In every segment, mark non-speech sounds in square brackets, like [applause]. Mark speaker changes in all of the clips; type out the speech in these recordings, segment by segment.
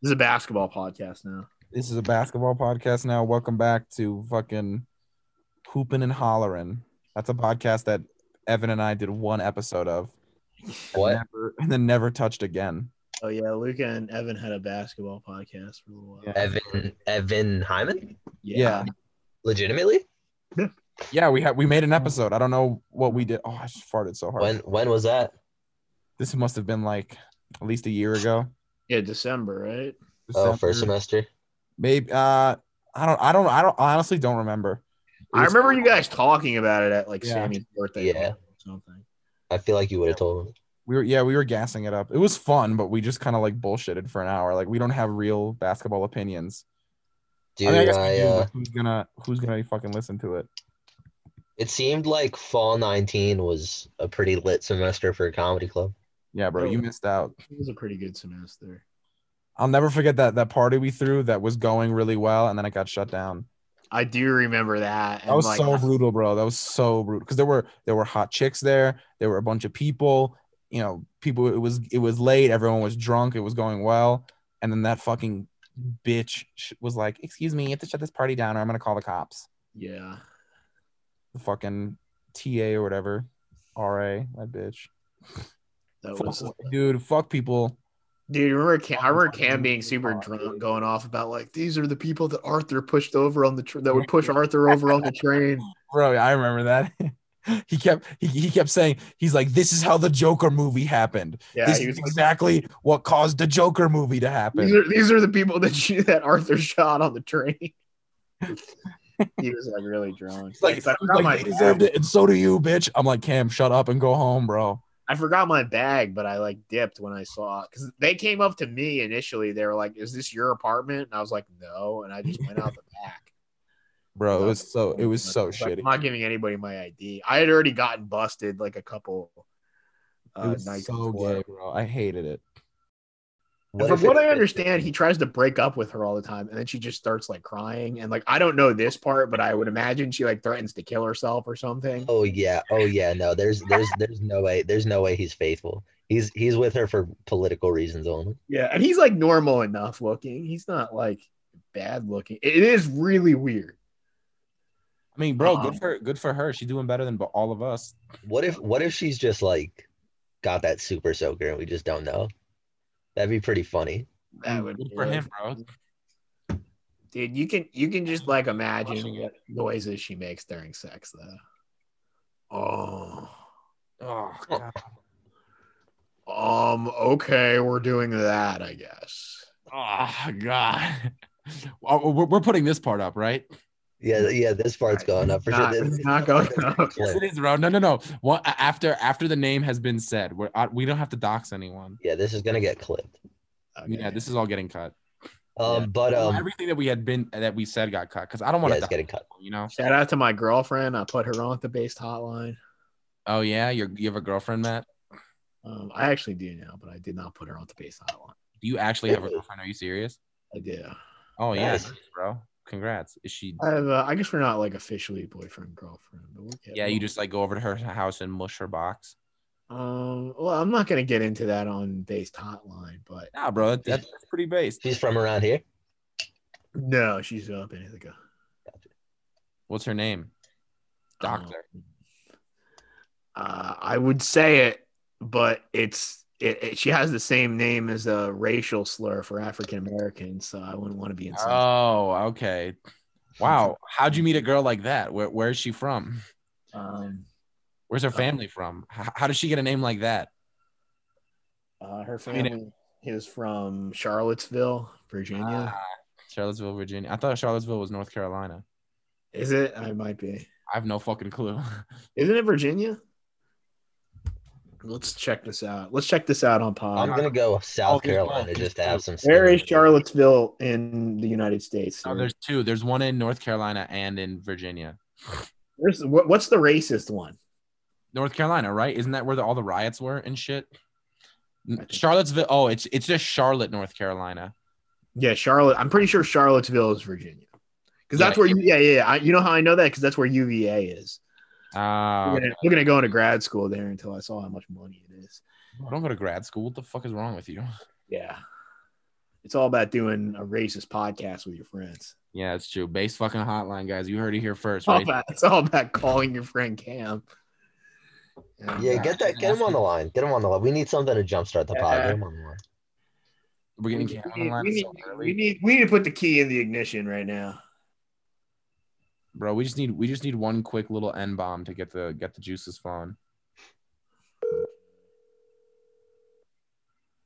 Speaker 1: This is a basketball podcast now.
Speaker 2: This is a basketball podcast now. Welcome back to fucking hooping and hollering. That's a podcast that Evan and I did one episode of.
Speaker 3: What?
Speaker 2: And, never, and then never touched again.
Speaker 1: Oh yeah, Luca and Evan had a basketball podcast for a little while.
Speaker 2: Yeah.
Speaker 3: Evan Evan Hyman?
Speaker 2: Yeah.
Speaker 3: Legitimately?
Speaker 2: Yeah, we had we made an episode. I don't know what we did. Oh, I just farted so hard.
Speaker 3: Oh. When when was that?
Speaker 2: This must have been like at least a year ago.
Speaker 1: Yeah, December, right?
Speaker 3: Oh, first
Speaker 2: December.
Speaker 3: semester.
Speaker 2: Maybe uh I don't I don't I don't I honestly don't remember. It
Speaker 1: I
Speaker 2: was-
Speaker 1: remember you guys talking about it at like
Speaker 2: Yeah.
Speaker 1: Sammy's birthday
Speaker 3: Yeah.
Speaker 1: party or something.
Speaker 3: I feel like you would have told him.
Speaker 2: we were yeah, we were gassing it up. It was fun, but we just kind of like bullshitted for an hour. Like we don't have real basketball opinions.
Speaker 3: Dude,
Speaker 2: I
Speaker 3: I,
Speaker 2: mean, I guess we do,
Speaker 3: uh,
Speaker 2: but who's gonna who's gonna fucking listen to it?
Speaker 3: it seemed like fall 19 was a pretty lit semester for a comedy club.
Speaker 2: Yeah, bro,
Speaker 1: Bro.
Speaker 2: you missed out.
Speaker 1: It was a pretty good semester.
Speaker 2: I'll never forget that that party we threw that was going really well, and then it got shut down.
Speaker 1: I do remember that.
Speaker 2: That was so brutal, bro. That was so brutal because there were there were hot chicks there. There were a bunch of people. You know, people. It was it was late. Everyone was drunk. It was going well, and then that fucking bitch sh- was like, "Excuse me, you have to shut this party down, or I'm gonna call the cops."
Speaker 1: Yeah.
Speaker 2: The fucking TA or whatever, RA, that bitch.
Speaker 1: That
Speaker 2: Fuck-
Speaker 1: was
Speaker 2: dude, fuck people.
Speaker 1: Dude, remember Cam, I remember Cam being super drunk, going off about like these are the people that Arthur pushed over on the tr-
Speaker 2: [laughs]
Speaker 1: that would push Arthur over on the train.
Speaker 2: bro i remember that [laughs] he kept he, he kept saying he's like this is how the joker movie happened
Speaker 1: Yeah,
Speaker 2: this
Speaker 1: he
Speaker 2: is
Speaker 1: was like,
Speaker 2: exactly what caused the joker movie to
Speaker 1: these
Speaker 2: happen
Speaker 1: are these are the people that you, that Arthur shot on the train. he was like really drunk.
Speaker 2: He's like,
Speaker 1: He's like, I
Speaker 2: he's
Speaker 1: forgot
Speaker 2: like,
Speaker 1: my
Speaker 2: they
Speaker 1: bag.
Speaker 2: deserved it and so do you bitch i'm like cam shut up and go home bro
Speaker 1: I forgot my bag, but I like dipped when I saw it because they came up to me initially. They were like, "Is this your apartment?" And I was like, "No," and I just went out the back.
Speaker 2: [laughs] bro Oh, it was so it was
Speaker 1: I
Speaker 2: so
Speaker 1: like,
Speaker 2: shitty
Speaker 1: I'm not giving anybody my ID. I had already gotten busted like a couple uh,
Speaker 2: it was
Speaker 1: nights
Speaker 2: so
Speaker 1: before.
Speaker 2: gay bro i hated it
Speaker 1: And
Speaker 3: What
Speaker 1: From
Speaker 3: if it-
Speaker 1: what I understand, he tries to break up with her all the time, and then she just starts like crying. And like, I don't know this part, but I would imagine she like threatens to kill herself or something.
Speaker 3: Oh yeah, oh yeah. No, there's there's there's no way there's no way he's faithful. He's he's with her for political reasons only.
Speaker 1: Yeah, and he's like normal enough looking. He's not like bad looking. It is really weird.
Speaker 2: i mean bro
Speaker 1: Um,
Speaker 2: good for good for her she's doing better than b- all of us
Speaker 3: What if what if she's just like got that super soaker and we just don't know? That'd be pretty funny.
Speaker 1: That would
Speaker 2: Mm, good
Speaker 1: be
Speaker 2: for
Speaker 1: like-
Speaker 2: him bro
Speaker 1: dude. You can you can just like imagine what noises she makes during sex though. Oh.
Speaker 2: oh god
Speaker 1: Um, okay, we're doing that, I guess.
Speaker 2: oh god [laughs] Oh, we're, we're putting this part up right
Speaker 3: Yeah, yeah. This part's going up for
Speaker 1: Not-
Speaker 3: sure.
Speaker 1: it's
Speaker 3: [laughs]
Speaker 1: not going up.
Speaker 2: Yes, it is, bro. No, no, no. What after after the name has been said, we're, uh, we don't have to dox anyone.
Speaker 3: Yeah, this is gonna get clipped.
Speaker 1: Okay.
Speaker 2: Yeah, this is all getting cut.
Speaker 3: Um,
Speaker 2: Yeah.
Speaker 3: but um,
Speaker 2: Everything that we had been that we said got cut because I don't want
Speaker 3: yeah,
Speaker 2: to.
Speaker 3: it's getting cut.
Speaker 2: You know?
Speaker 1: Shout out to my girlfriend. I put her on at the based hotline.
Speaker 2: Oh yeah, you you have a girlfriend, Matt.
Speaker 1: Um, I actually do now, but I did not put her on the based hotline.
Speaker 2: Do you actually have a
Speaker 3: Really?
Speaker 2: girlfriend? Are you serious?
Speaker 1: I do.
Speaker 2: Oh yeah,
Speaker 3: Nice.
Speaker 2: nice, bro. Congrats. Is she?
Speaker 1: I have. Uh, I guess we're not like officially boyfriend girlfriend, but we'll get
Speaker 2: Yeah, you just like go over to her house and mush her box.
Speaker 1: Um, well, I'm not gonna get into that on based hotline, but
Speaker 2: Nah, bro, that, that's pretty based.
Speaker 3: She's from around here.
Speaker 1: no, she's up in Ithaca.
Speaker 2: What's her name? Doctor.
Speaker 1: Um, uh, I would say it, but it's it, it- she has the same name as a racial slur for African Americans, so I wouldn't want to be insulted.
Speaker 2: Oh, okay. Wow, how'd you meet a girl like that? Where where is she from? Oh.
Speaker 1: um,
Speaker 2: Where's her family from? H- how did she get a name like that?
Speaker 1: uh, her
Speaker 2: I mean,
Speaker 1: family is from Charlottesville, Virginia.
Speaker 2: Ah, Charlottesville, Virginia. I thought Charlottesville was North Carolina.
Speaker 1: is it? I might be.
Speaker 2: I have no fucking clue. [laughs]
Speaker 1: Isn't it Virginia? Let's check this out. Let's check this out on
Speaker 3: I'm
Speaker 1: pod.
Speaker 3: gonna go South
Speaker 2: there's one.
Speaker 3: Carolina just to have some.
Speaker 1: Where is
Speaker 3: skin in the game.
Speaker 1: Charlottesville in the United States?
Speaker 2: Oh, there's two. There's one in North Carolina and in Virginia.
Speaker 1: Where's- what- what's the racist one?
Speaker 2: North Carolina, right? Isn't that where the, all the riots were and shit? N-
Speaker 1: think-
Speaker 2: Charlottesville. Oh, it's it's just Charlotte, North Carolina.
Speaker 1: Yeah, Charlotte. I'm pretty sure Charlottesville is Virginia. Because that's
Speaker 2: Yeah.
Speaker 1: where, you, yeah, yeah. yeah. I, you know how I know that? Because that's where UVA is.
Speaker 2: Ah,
Speaker 1: we're, gonna, we're gonna go into grad school there until I saw how much money it is.
Speaker 2: I don't go to grad school. What the fuck is wrong with you?
Speaker 1: Yeah, it's all about doing a racist podcast with your friends.
Speaker 2: [laughs] Yeah, it's true. Base fucking hotline, guys. You heard it here first,
Speaker 1: It's all
Speaker 2: right?
Speaker 1: about, it's all about calling your friend Cam. Yeah.
Speaker 3: Yeah, get that. Get him on the line. Get him on the line. We need something to jumpstart the pod. Get him on the line.
Speaker 1: We
Speaker 2: We're getting
Speaker 1: need,
Speaker 2: Cam on
Speaker 1: we,
Speaker 2: the line
Speaker 1: need,
Speaker 2: so
Speaker 1: we,
Speaker 2: early.
Speaker 1: need, we need to put the key in the ignition right now.
Speaker 2: Bro, we just need we just need one quick little N bomb to get the get the juices flowing.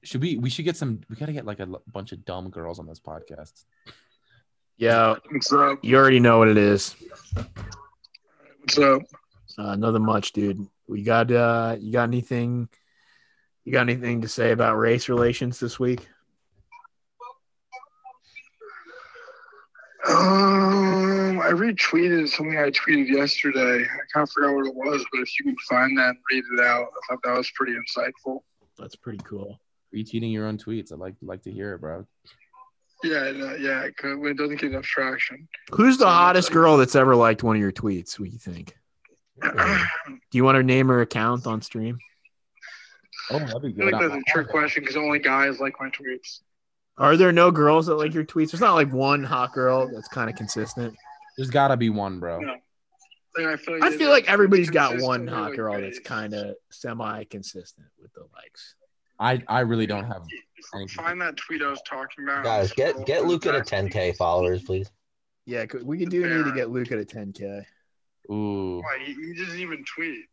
Speaker 2: Should we we should get some we gotta get like a l- bunch of dumb girls on this podcast.
Speaker 1: Yeah,
Speaker 4: What's up?
Speaker 1: you already know what it is.
Speaker 4: What's up?
Speaker 1: Uh, nothing much, dude. We got uh, you got anything? You got anything to say about race relations this week?
Speaker 4: Um, I retweeted something I tweeted yesterday. I kind of forgot what it was, but if you can find that and read it out, I thought that was pretty insightful.
Speaker 1: That's pretty cool.
Speaker 2: Retweeting your own tweets. I'd like like to hear it, bro.
Speaker 4: Yeah, it, uh, yeah, it, could, it doesn't get enough traction.
Speaker 1: Who's the hottest girl that's ever liked one of your tweets? What do you think?
Speaker 4: [clears throat] I
Speaker 1: Do you want to name her account on stream?
Speaker 2: Oh, that'd be
Speaker 4: feel
Speaker 2: good.
Speaker 4: like that's a trick question because only guys like my tweets.
Speaker 1: Are there no girls that like your tweets? There's not like one hot girl that's kind of consistent.
Speaker 2: There's gotta be one, bro.
Speaker 4: No. Like, I feel like,
Speaker 1: I feel like everybody's got one
Speaker 4: consistently,
Speaker 1: hot
Speaker 4: like,
Speaker 1: girl
Speaker 4: guys-
Speaker 1: that's kind of semi consistent with the likes.
Speaker 2: I I really don't have
Speaker 4: Find that tweet I was talking about.
Speaker 3: Guys, get get Luke at a 10k followers, please.
Speaker 1: Yeah, 'cause we do need to get Luke at a 10K.
Speaker 2: ooh.
Speaker 4: Why, he, he doesn't even tweet.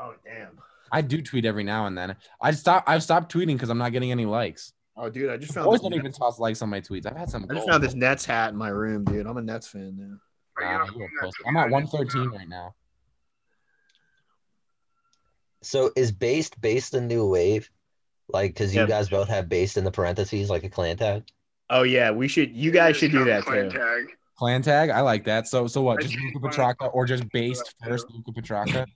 Speaker 1: Oh, damn.
Speaker 2: I do tweet every now and then. I stop I've stopped tweeting because I'm not getting any likes.
Speaker 1: Oh, dude, I just found,
Speaker 2: Boys
Speaker 1: this,
Speaker 2: don't even toss likes on my tweets. I've had some
Speaker 1: I just
Speaker 2: gold.
Speaker 1: found this Nets hat in my room, dude. I'm a Nets fan now.
Speaker 2: Nah, you a pussy. I'm at 113 right now.
Speaker 3: So is based based the new wave? Like, cause you
Speaker 1: Yeah.
Speaker 3: guys both have based in the parentheses, like a clan tag.
Speaker 1: Oh, yeah, we should, you guys should do that
Speaker 4: Clan
Speaker 1: too.
Speaker 4: Tag.
Speaker 2: Clan tag, I like that. So so what?
Speaker 4: I
Speaker 2: Just
Speaker 4: changed
Speaker 2: Luca
Speaker 4: mine.
Speaker 2: Petraka or just based first Luca Petraka?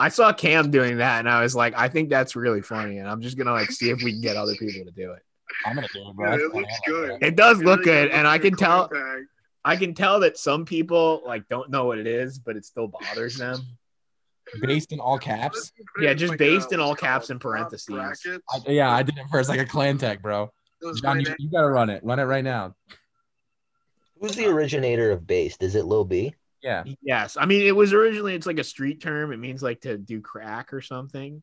Speaker 1: I saw Cam doing that and I was like, I think that's really funny. And I'm just going to like see if we can get other people to do it.
Speaker 2: I'm gonna do it,
Speaker 4: Yeah,
Speaker 2: bro.
Speaker 4: it
Speaker 2: That's fine.
Speaker 4: looks
Speaker 2: I like
Speaker 4: good.
Speaker 2: that.
Speaker 1: It does look
Speaker 4: Really
Speaker 1: good.
Speaker 4: looks
Speaker 1: and I can
Speaker 4: clan
Speaker 1: tell,
Speaker 4: tag.
Speaker 1: I can tell that some people like don't know what it is, but it still bothers them.
Speaker 2: Based in all caps.
Speaker 1: Yeah, just
Speaker 4: Like,
Speaker 1: based
Speaker 4: uh,
Speaker 1: in all
Speaker 4: what's it
Speaker 1: caps
Speaker 4: called?
Speaker 1: and parentheses.
Speaker 4: Brackets.
Speaker 2: I, yeah, I did it first, like a clan tag, bro.
Speaker 4: Those
Speaker 2: John, you,
Speaker 4: [laughs] great-
Speaker 2: you gotta run it. Run it right now.
Speaker 3: Who's the originator of based? Is it Lil B?
Speaker 2: Yeah.
Speaker 1: Yes. I mean, it was originally, it's like a street term. It means like to do crack or something.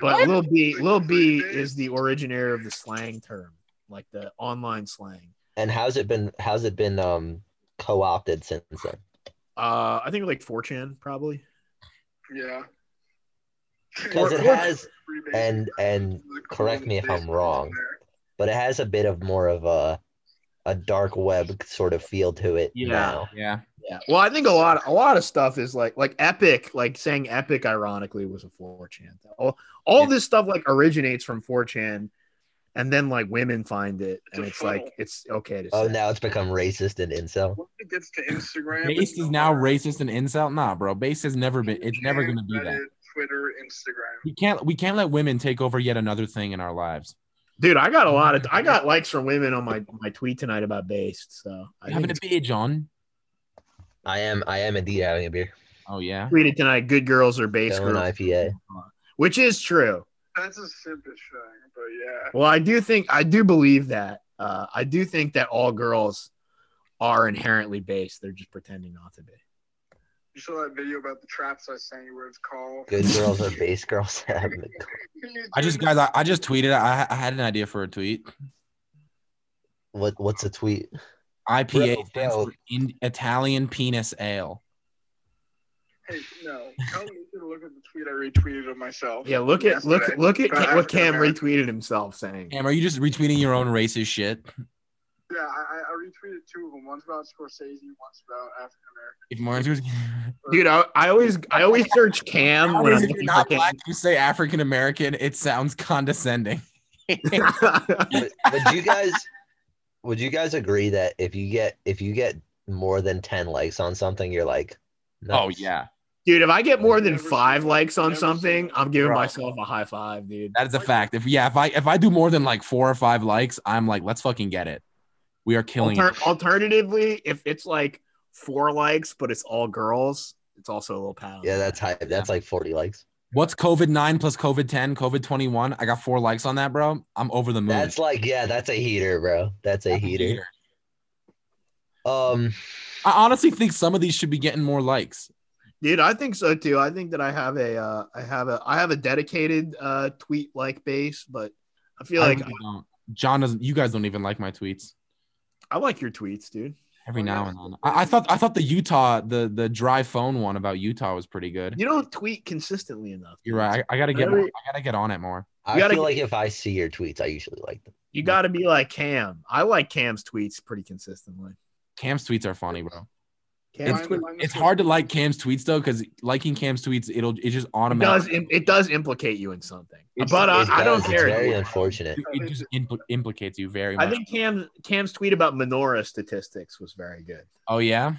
Speaker 1: But Lil B, Lil B is the originator of the slang term, like the online slang.
Speaker 3: And how's it been? How's it been um co-opted since then?
Speaker 1: Uh, I think like 4chan probably.
Speaker 4: yeah.
Speaker 3: Because it
Speaker 1: Or- or-
Speaker 3: has, and and correct me if I'm wrong. but it has a bit of more of a a dark web sort of feel to it
Speaker 1: Yeah.
Speaker 3: now.
Speaker 2: Yeah.
Speaker 1: Yeah. Well, I think a lot, a lot of stuff is like, like epic, like saying epic, ironically, was a 4chan. All, all
Speaker 2: Yeah.
Speaker 1: this stuff like originates from 4chan, and then like women find it,
Speaker 4: It's
Speaker 1: and
Speaker 4: a
Speaker 1: it's
Speaker 4: funnel.
Speaker 1: like it's okay to say.
Speaker 3: Oh, now it's become racist and incel.
Speaker 4: Once it gets to Instagram,
Speaker 2: Based is now racist and incel. Nah, bro. Based has never been. It's never gonna be that.
Speaker 4: Reddit, Twitter, Instagram.
Speaker 2: We can't. We can't let women take over yet another thing in our lives.
Speaker 1: Dude, I got a lot of, I got likes from women on my my tweet tonight about based. So I
Speaker 2: You having
Speaker 1: think
Speaker 2: a beer, John?
Speaker 3: I am I am indeed having a beer.
Speaker 2: Oh yeah.
Speaker 1: tweeted tonight, good girls are base
Speaker 3: Going
Speaker 1: girls,
Speaker 3: IPA.
Speaker 1: which is true.
Speaker 4: That's a simple thing, but yeah.
Speaker 1: Well, I do think I do believe that. Uh, I do think that all girls are inherently base. They're just pretending not to be.
Speaker 4: You saw that video about the traps I sent you where it's called.
Speaker 3: Good
Speaker 4: [laughs]
Speaker 3: girls are base girls. [laughs]
Speaker 2: I just guys. I, I just tweeted. I, I had an idea for a tweet.
Speaker 3: what what's a tweet?
Speaker 2: IPA
Speaker 3: Bro,
Speaker 2: stands
Speaker 3: bro.
Speaker 2: for in, Italian Penis Ale.
Speaker 4: Hey, no. Tell me to look at the tweet I retweeted of myself.
Speaker 1: Yeah, look at look
Speaker 4: yesterday.
Speaker 1: look at
Speaker 4: But I-
Speaker 1: what Cam retweeted himself saying.
Speaker 2: Cam, are you just retweeting your own racist shit?
Speaker 4: Yeah, I, I- I retweeted two of them. One's about Scorsese, one's about African American.
Speaker 2: If Martin's was [laughs]
Speaker 1: Dude, I, I always I always search Cam when I'm
Speaker 2: if you're
Speaker 1: looking
Speaker 2: not
Speaker 1: for
Speaker 2: black, you say African American. It sounds condescending.
Speaker 1: Cam.
Speaker 3: Would, would you guys [laughs] would you guys agree that if you get if you get more than ten likes on something, you're like, no.
Speaker 2: Oh yeah,
Speaker 1: [laughs] Dude, if I get more than
Speaker 4: Never seen
Speaker 1: five
Speaker 4: it.
Speaker 1: likes on
Speaker 4: Never seen
Speaker 1: something,
Speaker 4: it.
Speaker 1: I'm giving
Speaker 2: Bro.
Speaker 1: myself a high five, dude.
Speaker 2: that is a fact. If yeah, if I if I do more than like four or five likes, I'm like, let's fucking get it. We are killing it.
Speaker 1: Alter- alternatively, if it's like four likes but it's all girls, it's also a little pound.
Speaker 3: Yeah, that's hype. That's like forty likes.
Speaker 2: What's COVID nine plus COVID ten, COVID twenty one? I got four likes on that, bro. I'm over the moon.
Speaker 3: That's like, yeah, that's a heater, bro. That's a heater. Um,
Speaker 2: I honestly think some of these should be getting more likes.
Speaker 1: Dude, I think so too. I think that I have a, uh, I have a, I have a dedicated uh, tweet like base, but I feel
Speaker 2: I
Speaker 1: like
Speaker 2: really don't. John doesn't. You guys don't even like my tweets
Speaker 1: I like your tweets, dude.
Speaker 2: every
Speaker 1: Oh,
Speaker 2: now
Speaker 1: yeah.
Speaker 2: and then. I, I thought I thought the Utah the the dry phone one about Utah was pretty good.
Speaker 1: You don't tweet consistently enough.
Speaker 2: You're right. I, I gotta get
Speaker 1: Really?
Speaker 2: I gotta get on it more.
Speaker 3: I
Speaker 1: You gotta
Speaker 3: feel like if I see your tweets, I usually like them.
Speaker 1: You got to be like Cam. I like Cam's tweets pretty consistently.
Speaker 2: Cam's tweets are funny, bro.
Speaker 1: Cam's
Speaker 4: Mine-
Speaker 1: tweet-
Speaker 4: mine is
Speaker 2: It's
Speaker 4: like-
Speaker 2: hard to like Cam's tweets though, because liking Cam's tweets, it'll it
Speaker 1: it
Speaker 2: just
Speaker 1: does
Speaker 2: automatically
Speaker 1: im- it does implicate you in something,
Speaker 3: It's-
Speaker 1: but I,
Speaker 3: it
Speaker 1: I don't
Speaker 3: does.
Speaker 1: care.
Speaker 3: It's very unfortunate.
Speaker 2: it just impl- implicates you very much.
Speaker 1: I think Cam's Cam's tweet about menorah statistics was very good.
Speaker 2: oh yeah.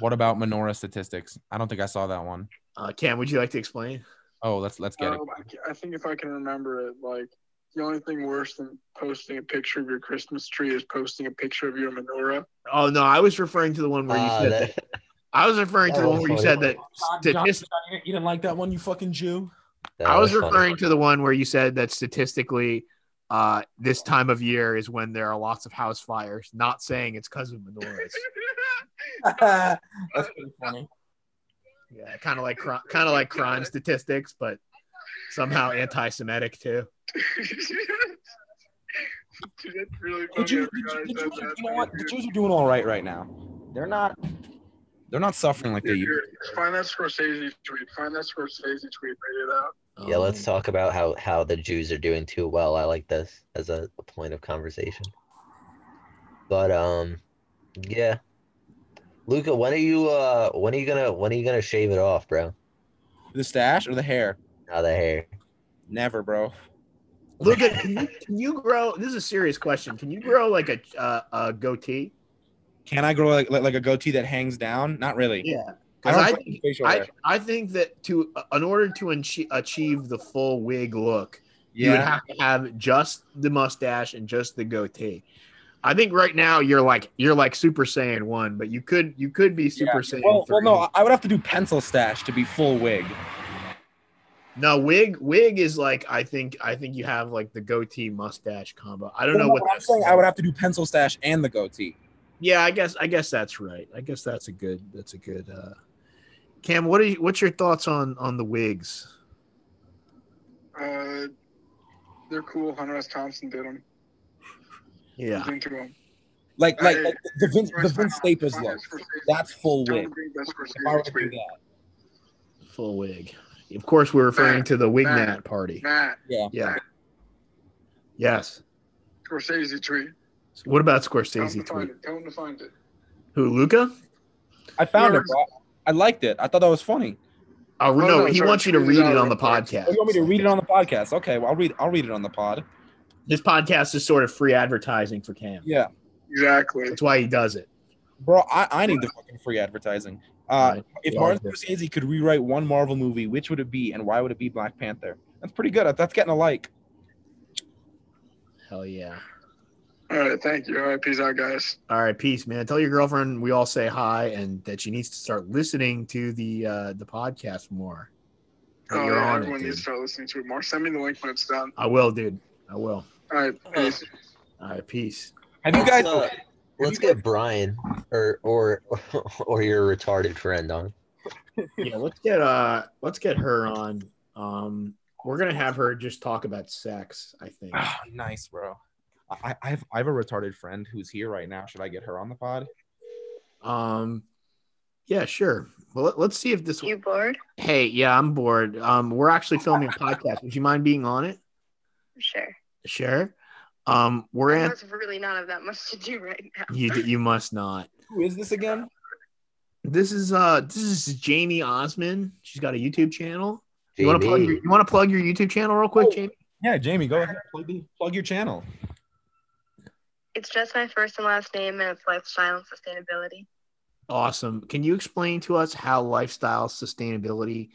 Speaker 2: What about menorah statistics? I don't think I saw that one.
Speaker 1: Uh, Cam, would you like to explain?
Speaker 2: Oh, let's let's get it.
Speaker 4: Um, I ca- I think if I can remember it, like the only thing worse than posting a picture of your Christmas tree is posting a picture of
Speaker 1: [laughs]
Speaker 4: your menorah.
Speaker 1: Oh no, I was referring to the one where you
Speaker 3: Uh,
Speaker 1: said that.
Speaker 3: that-
Speaker 1: I was referring to the
Speaker 3: Oh,
Speaker 1: one where you
Speaker 3: sorry.
Speaker 1: said that.
Speaker 2: John, John,
Speaker 1: statistic-
Speaker 2: you didn't like that one, you fucking Jew.
Speaker 3: that
Speaker 1: I was
Speaker 3: funny.
Speaker 1: referring to the one where you said that statistically, uh, this time of year is when there are lots of house fires. Not saying it's because of
Speaker 3: [laughs]
Speaker 1: menorahs.
Speaker 5: Uh,
Speaker 2: That's pretty funny.
Speaker 1: Yeah, kind of like kind of like crime statistics, but somehow anti-Semitic too.
Speaker 4: Dude, that's really funny.
Speaker 2: Did you,
Speaker 4: I
Speaker 2: did you,
Speaker 4: realized
Speaker 2: did
Speaker 4: that
Speaker 2: you,
Speaker 4: that's
Speaker 2: you know what? The
Speaker 4: weird.
Speaker 2: Jews are doing all right right now. They're not. They're not suffering like they
Speaker 4: Dude,
Speaker 2: used.
Speaker 4: you're- Find that Scorsese tweet. Find that Scorsese tweet. Read it out.
Speaker 3: Yeah,
Speaker 1: Um,
Speaker 3: let's talk about how how the Jews are doing too well. I like this as a, a point of conversation. But um, yeah, Luca, when are you uh when are you gonna when are you gonna shave it off, bro?
Speaker 2: The stash or the hair?
Speaker 3: Now the hair.
Speaker 2: Never, bro.
Speaker 1: Luca, can you, can you grow? This is a serious question. Can you grow like a uh, a goatee?
Speaker 2: Can I grow like like like a goatee that hangs down? Not really.
Speaker 1: Yeah,
Speaker 2: I
Speaker 1: 'Cause
Speaker 2: don't
Speaker 1: I
Speaker 2: grow
Speaker 1: think-
Speaker 2: facial
Speaker 1: I
Speaker 2: hair.
Speaker 1: I think that to in order to enche- achieve the full wig look, you would
Speaker 2: Yeah.
Speaker 1: have to have just the mustache and just the goatee. I think right now you're like you're like Super Saiyan one, but you could you could be Super Saiyan.
Speaker 2: Well,
Speaker 1: 3.
Speaker 2: well, no, I- I would have to do pencil stash to be full wig.
Speaker 1: No, wig wig is like I think I think you have like the goatee mustache combo. I don't know what
Speaker 2: I'm saying. I would have to do pencil stash and the goatee.
Speaker 1: Yeah, I guess I guess that's right. I guess that's a good that's a good uh Cam, what are you, what's your thoughts on on the wigs?
Speaker 4: Uh, they're cool. Hunter S. Thompson did them.
Speaker 1: Yeah.
Speaker 4: Into them.
Speaker 2: Like like,
Speaker 4: Hey,
Speaker 2: like the Vince the Vince Staples look. That's full wig.
Speaker 4: That's
Speaker 2: If I were to
Speaker 4: Scorsese
Speaker 2: do
Speaker 4: tweet.
Speaker 2: that.
Speaker 1: Full wig. Of course we're referring to the wig
Speaker 4: Matt.
Speaker 1: nat party.
Speaker 4: Matt
Speaker 1: Yeah. Yes.
Speaker 4: Scorsese tweet.
Speaker 1: So what about
Speaker 4: Tell him
Speaker 1: Scorsese
Speaker 4: to find
Speaker 1: tweet?
Speaker 4: it. Tell him to find it.
Speaker 1: Who, Luca? Uh,
Speaker 2: I found it, bro. I liked it. I thought that was funny.
Speaker 1: Oh no,
Speaker 4: no,
Speaker 1: he
Speaker 4: sorry.
Speaker 1: wants you to
Speaker 4: Tweet it
Speaker 1: read
Speaker 4: out
Speaker 1: it on the
Speaker 4: real quick.
Speaker 1: podcast.
Speaker 2: Oh, you want me to read it on the podcast? Okay, well, I'll read. I'll read it on the pod.
Speaker 1: This podcast is sort of free advertising for Cam.
Speaker 2: Yeah,
Speaker 4: Exactly.
Speaker 1: That's why he does it.
Speaker 2: bro, I, I need the fucking free advertising. Uh,
Speaker 1: Right.
Speaker 2: If
Speaker 1: Yeah,
Speaker 2: Martin
Speaker 1: yeah.
Speaker 2: Scorsese could rewrite one Marvel movie, which would it be, and why would it be Black Panther? That's pretty good. That's getting a like.
Speaker 1: Hell yeah.
Speaker 4: All right. Thank you. All right. Peace out, guys.
Speaker 1: All right, peace, man. Tell your girlfriend we all say hi and that she needs to start listening to the uh the podcast more. That
Speaker 4: Oh,
Speaker 1: you're
Speaker 4: yeah,
Speaker 1: on it,
Speaker 4: everyone needs
Speaker 1: dude.
Speaker 4: to start listening to it more. Send me the link when it's done.
Speaker 1: I will, dude. I will.
Speaker 4: All right.
Speaker 2: Uh,
Speaker 4: Peace.
Speaker 1: All right,
Speaker 2: [laughs]
Speaker 1: peace.
Speaker 2: Have you guys?
Speaker 3: Uh, Let's get Brian or or [laughs] or your retarded friend on.
Speaker 1: Yeah, let's get uh let's get her on. Um we're gonna have her just talk about sex, I
Speaker 4: [sighs]
Speaker 1: think.
Speaker 2: Ah, [sighs] nice, bro. I, I have I have a retarded friend who's here right now. Should I get her on the pod?
Speaker 1: Um yeah, sure. Well let, let's see if this
Speaker 5: You bored?
Speaker 1: Hey, yeah, I'm bored. Um we're actually filming a podcast. Would you mind being on it?
Speaker 5: Sure.
Speaker 1: Sure. Um we're in
Speaker 5: That's really not have that much to do right now.
Speaker 1: you you must not.
Speaker 2: Who is this again?
Speaker 1: This is uh this is Jamie Osman. She's got a YouTube channel. You want to plug your
Speaker 3: JB.
Speaker 1: you want to plug your YouTube channel real quick,
Speaker 2: Oh.
Speaker 1: Jamie?
Speaker 2: Yeah, Jamie, go ahead. Plug, the, plug your channel.
Speaker 5: It's just my first and last name, and it's lifestyle and sustainability.
Speaker 1: Awesome. Can you explain to us how lifestyle sustainability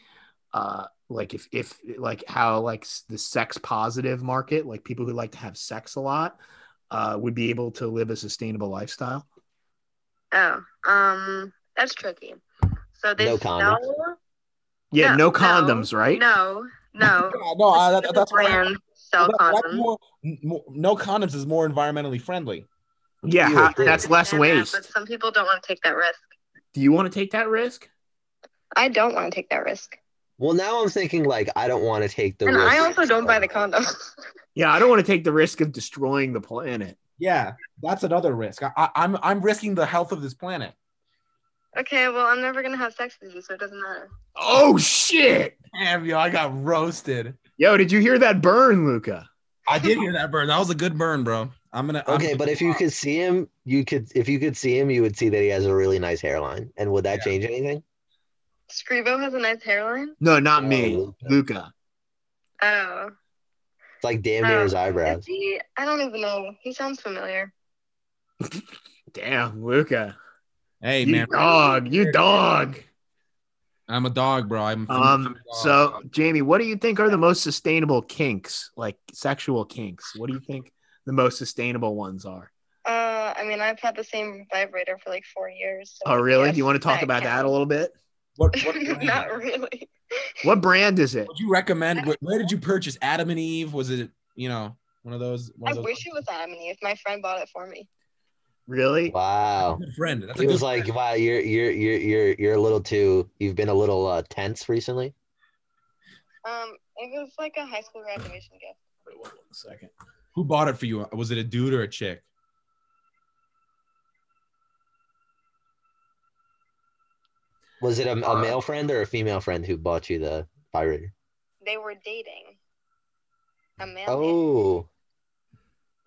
Speaker 1: uh like if if like how like s- the sex positive market, like people who like to have sex a lot, uh would be able to live a sustainable lifestyle?
Speaker 5: Oh, um, that's tricky. So they
Speaker 3: No
Speaker 5: sell
Speaker 3: comment.
Speaker 1: Yeah, no,
Speaker 5: No, no,
Speaker 1: condoms, right?
Speaker 5: No, no.
Speaker 2: Yeah, [laughs] no,
Speaker 5: uh,
Speaker 2: I, that, that's why.
Speaker 5: brand sell
Speaker 2: That- that's
Speaker 5: condoms.
Speaker 2: more- n- more- no condoms is more environmentally friendly.
Speaker 1: Yeah,
Speaker 3: You
Speaker 1: how-
Speaker 3: would think.
Speaker 1: that's less
Speaker 5: Understand that, uh, but
Speaker 1: waste.
Speaker 5: some people don't want to take that risk.
Speaker 1: Do you want to take that risk?
Speaker 5: I don't want to take that risk,
Speaker 3: Well, now I'm thinking like I don't want to take the
Speaker 5: and
Speaker 3: risk.
Speaker 5: I also don't buy the condoms.
Speaker 1: Yeah, I don't want to take the risk of destroying the planet.
Speaker 2: Yeah, that's another risk. I, I, I'm I'm risking the health of this planet.
Speaker 5: [laughs] okay, well, I'm never gonna have sex with you, so it doesn't matter.
Speaker 1: Oh shit!
Speaker 2: Damn, yo, I got roasted.
Speaker 1: Yo, did you hear that burn, Luca?
Speaker 2: I did hear that burn. That was a good burn, bro. I'm gonna.
Speaker 1: Um,
Speaker 2: I'm
Speaker 3: Okay,
Speaker 2: gonna-
Speaker 3: but if you could see him, you could if you could see him, you would see that he has a really nice hairline. And would that
Speaker 2: Yeah.
Speaker 3: change anything?
Speaker 5: Scrivo has a nice hairline.
Speaker 1: No, not
Speaker 3: No,
Speaker 1: me,
Speaker 3: Luca.
Speaker 1: Luca.
Speaker 5: Oh,
Speaker 3: It's like damn near his
Speaker 5: Oh, is
Speaker 3: eyebrows.
Speaker 5: he? I don't even know. He sounds familiar.
Speaker 1: Damn, Luca.
Speaker 2: Hey,
Speaker 1: you
Speaker 2: man,
Speaker 1: dog, you dog.
Speaker 2: I'm a dog, bro. I'm. I'm
Speaker 1: Um.
Speaker 2: a dog.
Speaker 1: So, Jamie, what do you think are the most sustainable kinks, like sexual kinks? What do you think the most sustainable ones are?
Speaker 5: Uh, I mean, I've had the same vibrator for like four years. so
Speaker 1: Oh,
Speaker 5: I
Speaker 1: really?
Speaker 5: guess
Speaker 1: Do you want to talk about that a little bit?
Speaker 2: what, what,
Speaker 5: [laughs] counts.
Speaker 2: brand?
Speaker 5: Not really.
Speaker 1: What brand is it?
Speaker 2: Would you recommend? Where, where did you purchase Adam and Eve? Was it you know one of those? One
Speaker 5: I
Speaker 2: of those
Speaker 5: wish it was Adam and Eve. My friend bought it for me.
Speaker 1: Really? [laughs]
Speaker 3: Wow.
Speaker 2: Good friend. That's a
Speaker 3: Oh. He was
Speaker 2: good
Speaker 3: like,
Speaker 2: friend.
Speaker 3: "Wow, you're you're you're you're you're a little too. You've been a little uh, tense recently."
Speaker 5: Um, it was like a high school graduation gift.
Speaker 1: Wait, one second.
Speaker 2: who bought it for you? Was it a dude or a chick?
Speaker 3: Was it
Speaker 1: Uh,
Speaker 3: a, a male friend or a female friend who bought you the vibrator?
Speaker 5: They were dating. A man. dated-
Speaker 3: Oh,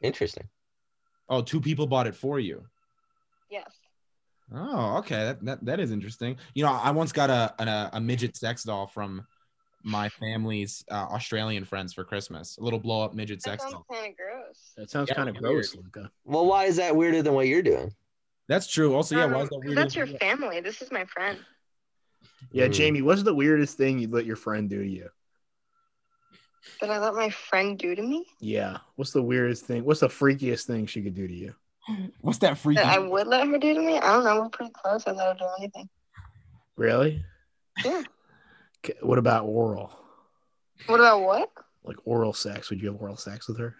Speaker 3: interesting.
Speaker 2: Oh, two people bought it for you.
Speaker 5: Yes.
Speaker 2: Oh, okay. That, that that is interesting. You know, I once got a an, a, a midget sex doll from my family's uh, Australian friends for Christmas. A little blow up midget
Speaker 5: That
Speaker 2: sex
Speaker 5: sounds
Speaker 2: doll.
Speaker 5: kind of gross.
Speaker 1: That sounds
Speaker 2: Yeah,
Speaker 1: kind of
Speaker 2: weird.
Speaker 1: gross, Luca.
Speaker 3: Well, why is that weirder than what you're doing?
Speaker 2: That's true. Also, yeah, why
Speaker 5: Um,
Speaker 2: is that
Speaker 5: 'cause
Speaker 2: weird?
Speaker 5: That's your family. This is my friend.
Speaker 1: Yeah,
Speaker 3: Mm.
Speaker 1: Jamie, what's the weirdest thing you'd let your friend do to you?
Speaker 5: Did I let my friend do to me?
Speaker 1: Yeah. What's the weirdest thing? What's the freakiest thing she could do to you?
Speaker 2: What's that freaky?
Speaker 5: That I would let her do to me? I don't know. We're pretty close. I let her do anything.
Speaker 1: Really?
Speaker 5: Yeah.
Speaker 1: K, What about oral?
Speaker 5: What about what?
Speaker 1: Like oral sex? Would you have oral sex with her?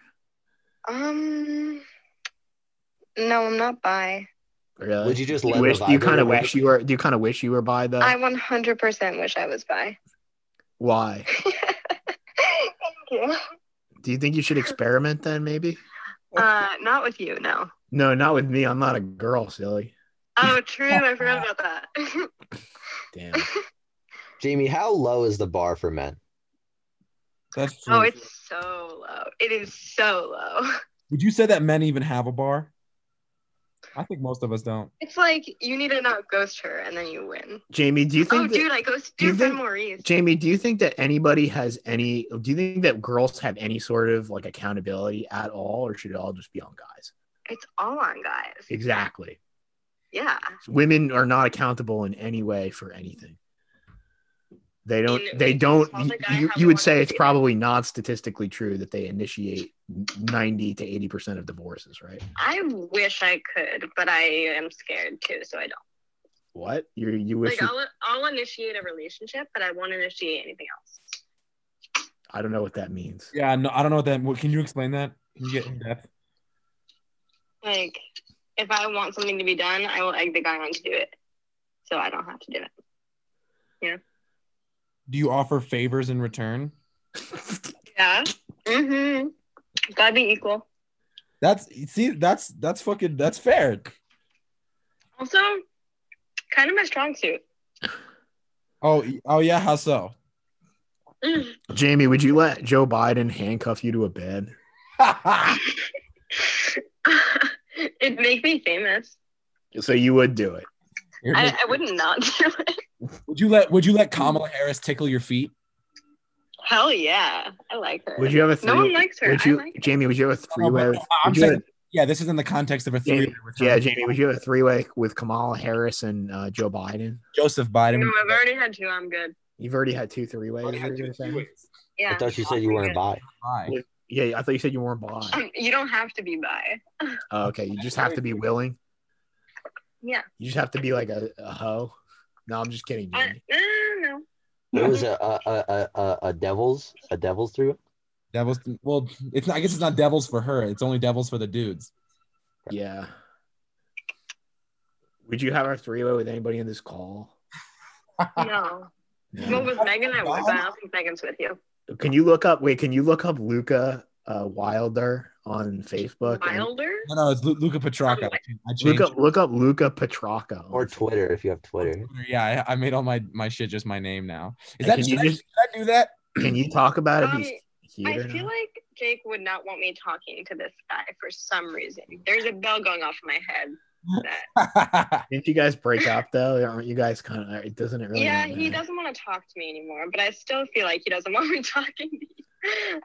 Speaker 5: Um. No, I'm not bi.
Speaker 1: Really?
Speaker 3: Would you just
Speaker 1: You
Speaker 3: let her
Speaker 1: wish, do you
Speaker 3: vibrate
Speaker 1: kind of
Speaker 3: around?
Speaker 1: wish you were? Do you kind of wish you were by the?
Speaker 5: I 100% wish I was bi. [laughs]
Speaker 1: Why?
Speaker 5: Thank you.
Speaker 1: Do you think you should experiment then? Maybe.
Speaker 5: Uh, not with you, no.
Speaker 1: No, not with me. I'm not a girl, silly.
Speaker 5: Oh, true. I forgot about that. [laughs]
Speaker 1: Damn.
Speaker 3: Jamie, how low is the bar for men?
Speaker 2: That's true.
Speaker 5: oh, it's so low. It is so low.
Speaker 2: Would you say that men even have a bar? I think most of us don't.
Speaker 5: It's like you need to not ghost her and then you win.
Speaker 1: Jamie, do you think?
Speaker 5: Oh,
Speaker 1: that,
Speaker 5: dude, I ghosted
Speaker 1: do you
Speaker 5: your friend
Speaker 1: think-
Speaker 5: Maurice.
Speaker 1: Jamie, do you think that anybody has any? Do you think that girls have any sort of like accountability at all, or should it all just be on guys?
Speaker 5: It's all on guys.
Speaker 1: Exactly.
Speaker 5: Yeah.
Speaker 1: Women are not accountable in any way for anything. They don't.
Speaker 5: And
Speaker 1: They
Speaker 5: we
Speaker 1: don't.
Speaker 5: tell the guy
Speaker 1: You,
Speaker 5: how we
Speaker 1: you would
Speaker 5: want
Speaker 1: say
Speaker 5: to
Speaker 1: it's
Speaker 5: be.
Speaker 1: probably not statistically true that they initiate ninety to eighty percent of divorces, right?
Speaker 5: I wish I could, but I am scared too, so I don't.
Speaker 1: What you you wish?
Speaker 5: like,
Speaker 1: you-
Speaker 5: I'll, I'll initiate a relationship, but I won't initiate anything else.
Speaker 1: I don't know what that means.
Speaker 2: Yeah, no, I don't know what that. What, can you explain that? Can you get in depth?
Speaker 5: Like, if I want something to be done, I will egg the guy on to do it. So I don't have to do it.
Speaker 2: Do you offer favors in return?
Speaker 5: Yeah. Mm-hmm. Gotta be equal.
Speaker 2: That's see, that's that's fucking that's fair.
Speaker 5: Also, kind of my strong suit. [laughs]
Speaker 2: Oh, oh yeah, how [laughs] so?
Speaker 5: Mm.
Speaker 1: Jamie, would you let Joe Biden handcuff you to a bed?
Speaker 5: It'd make me famous.
Speaker 1: So you would do it.
Speaker 5: I, I would not do it.
Speaker 2: Would you let Would you let Kamala Harris tickle your feet?
Speaker 5: Hell yeah. I like her.
Speaker 1: Would you have a three?
Speaker 5: no one likes her.
Speaker 1: Would you,
Speaker 5: I like her.
Speaker 1: Jamie? Would you have a
Speaker 2: No,
Speaker 1: three-way?
Speaker 2: but
Speaker 1: with-
Speaker 2: I'm
Speaker 1: would you have-
Speaker 2: saying, yeah, this is in the context of a
Speaker 1: Yeah,
Speaker 2: three.
Speaker 1: yeah, Jamie. Would you have a three-way with Kamala Harris and uh, Joe Biden?
Speaker 2: Joseph Biden.
Speaker 5: No, I've already had two. I'm good.
Speaker 1: You've already had two three-ways.
Speaker 2: Already had
Speaker 1: is
Speaker 2: two
Speaker 1: what you're saying?
Speaker 2: three-ways.
Speaker 5: Yeah.
Speaker 3: I thought you said you weren't bi.
Speaker 2: Hi.
Speaker 1: Yeah, I thought you said you weren't bi.
Speaker 5: Um, You don't have to be bi.
Speaker 1: Oh, okay, you just have to be willing.
Speaker 5: Yeah.
Speaker 1: You just have to be like a, a hoe. No, I'm just kidding.
Speaker 5: I, uh,
Speaker 1: Jamie.
Speaker 5: no, no, no.
Speaker 3: There
Speaker 5: [laughs]
Speaker 3: was a a, a, a a devil's a devil's through.
Speaker 2: Devils. Well, it's not, I guess it's not devils for her. It's only devils for the dudes.
Speaker 1: Yeah. Would you have our three way with anybody in this call?
Speaker 5: No. Well, with Megan, I would, but I don't think Megan's with you.
Speaker 1: Can you look up? Wait, can you look up Luca uh, Wilder on Facebook? and-
Speaker 5: Wilder?
Speaker 2: No, no, it's Lu- Luca Petrocca. I
Speaker 1: Look
Speaker 2: changed.
Speaker 1: up, look up Luca Petrocca.
Speaker 2: Oh,
Speaker 1: on
Speaker 3: Or Twitter if you have Twitter.
Speaker 2: Yeah, I, I made all my my shit just my name now. Is
Speaker 1: Hey,
Speaker 2: that
Speaker 1: can
Speaker 2: should,
Speaker 1: you
Speaker 2: I,
Speaker 1: just-
Speaker 2: should I do that?
Speaker 1: Can you talk about it?
Speaker 5: Um,
Speaker 1: Be-
Speaker 5: I
Speaker 1: here or
Speaker 5: feel
Speaker 1: not?
Speaker 5: like Jake would not want me talking to this guy for some reason. There's a bell going off in my
Speaker 1: [laughs]
Speaker 5: head. that-
Speaker 2: [laughs]
Speaker 1: Didn't you guys
Speaker 5: [laughs]
Speaker 1: break up though? Aren't you guys kind of? It doesn't it really?
Speaker 5: yeah,
Speaker 1: matter?
Speaker 5: he doesn't want to talk to me anymore, but I still feel like he doesn't [laughs] want me talking to you.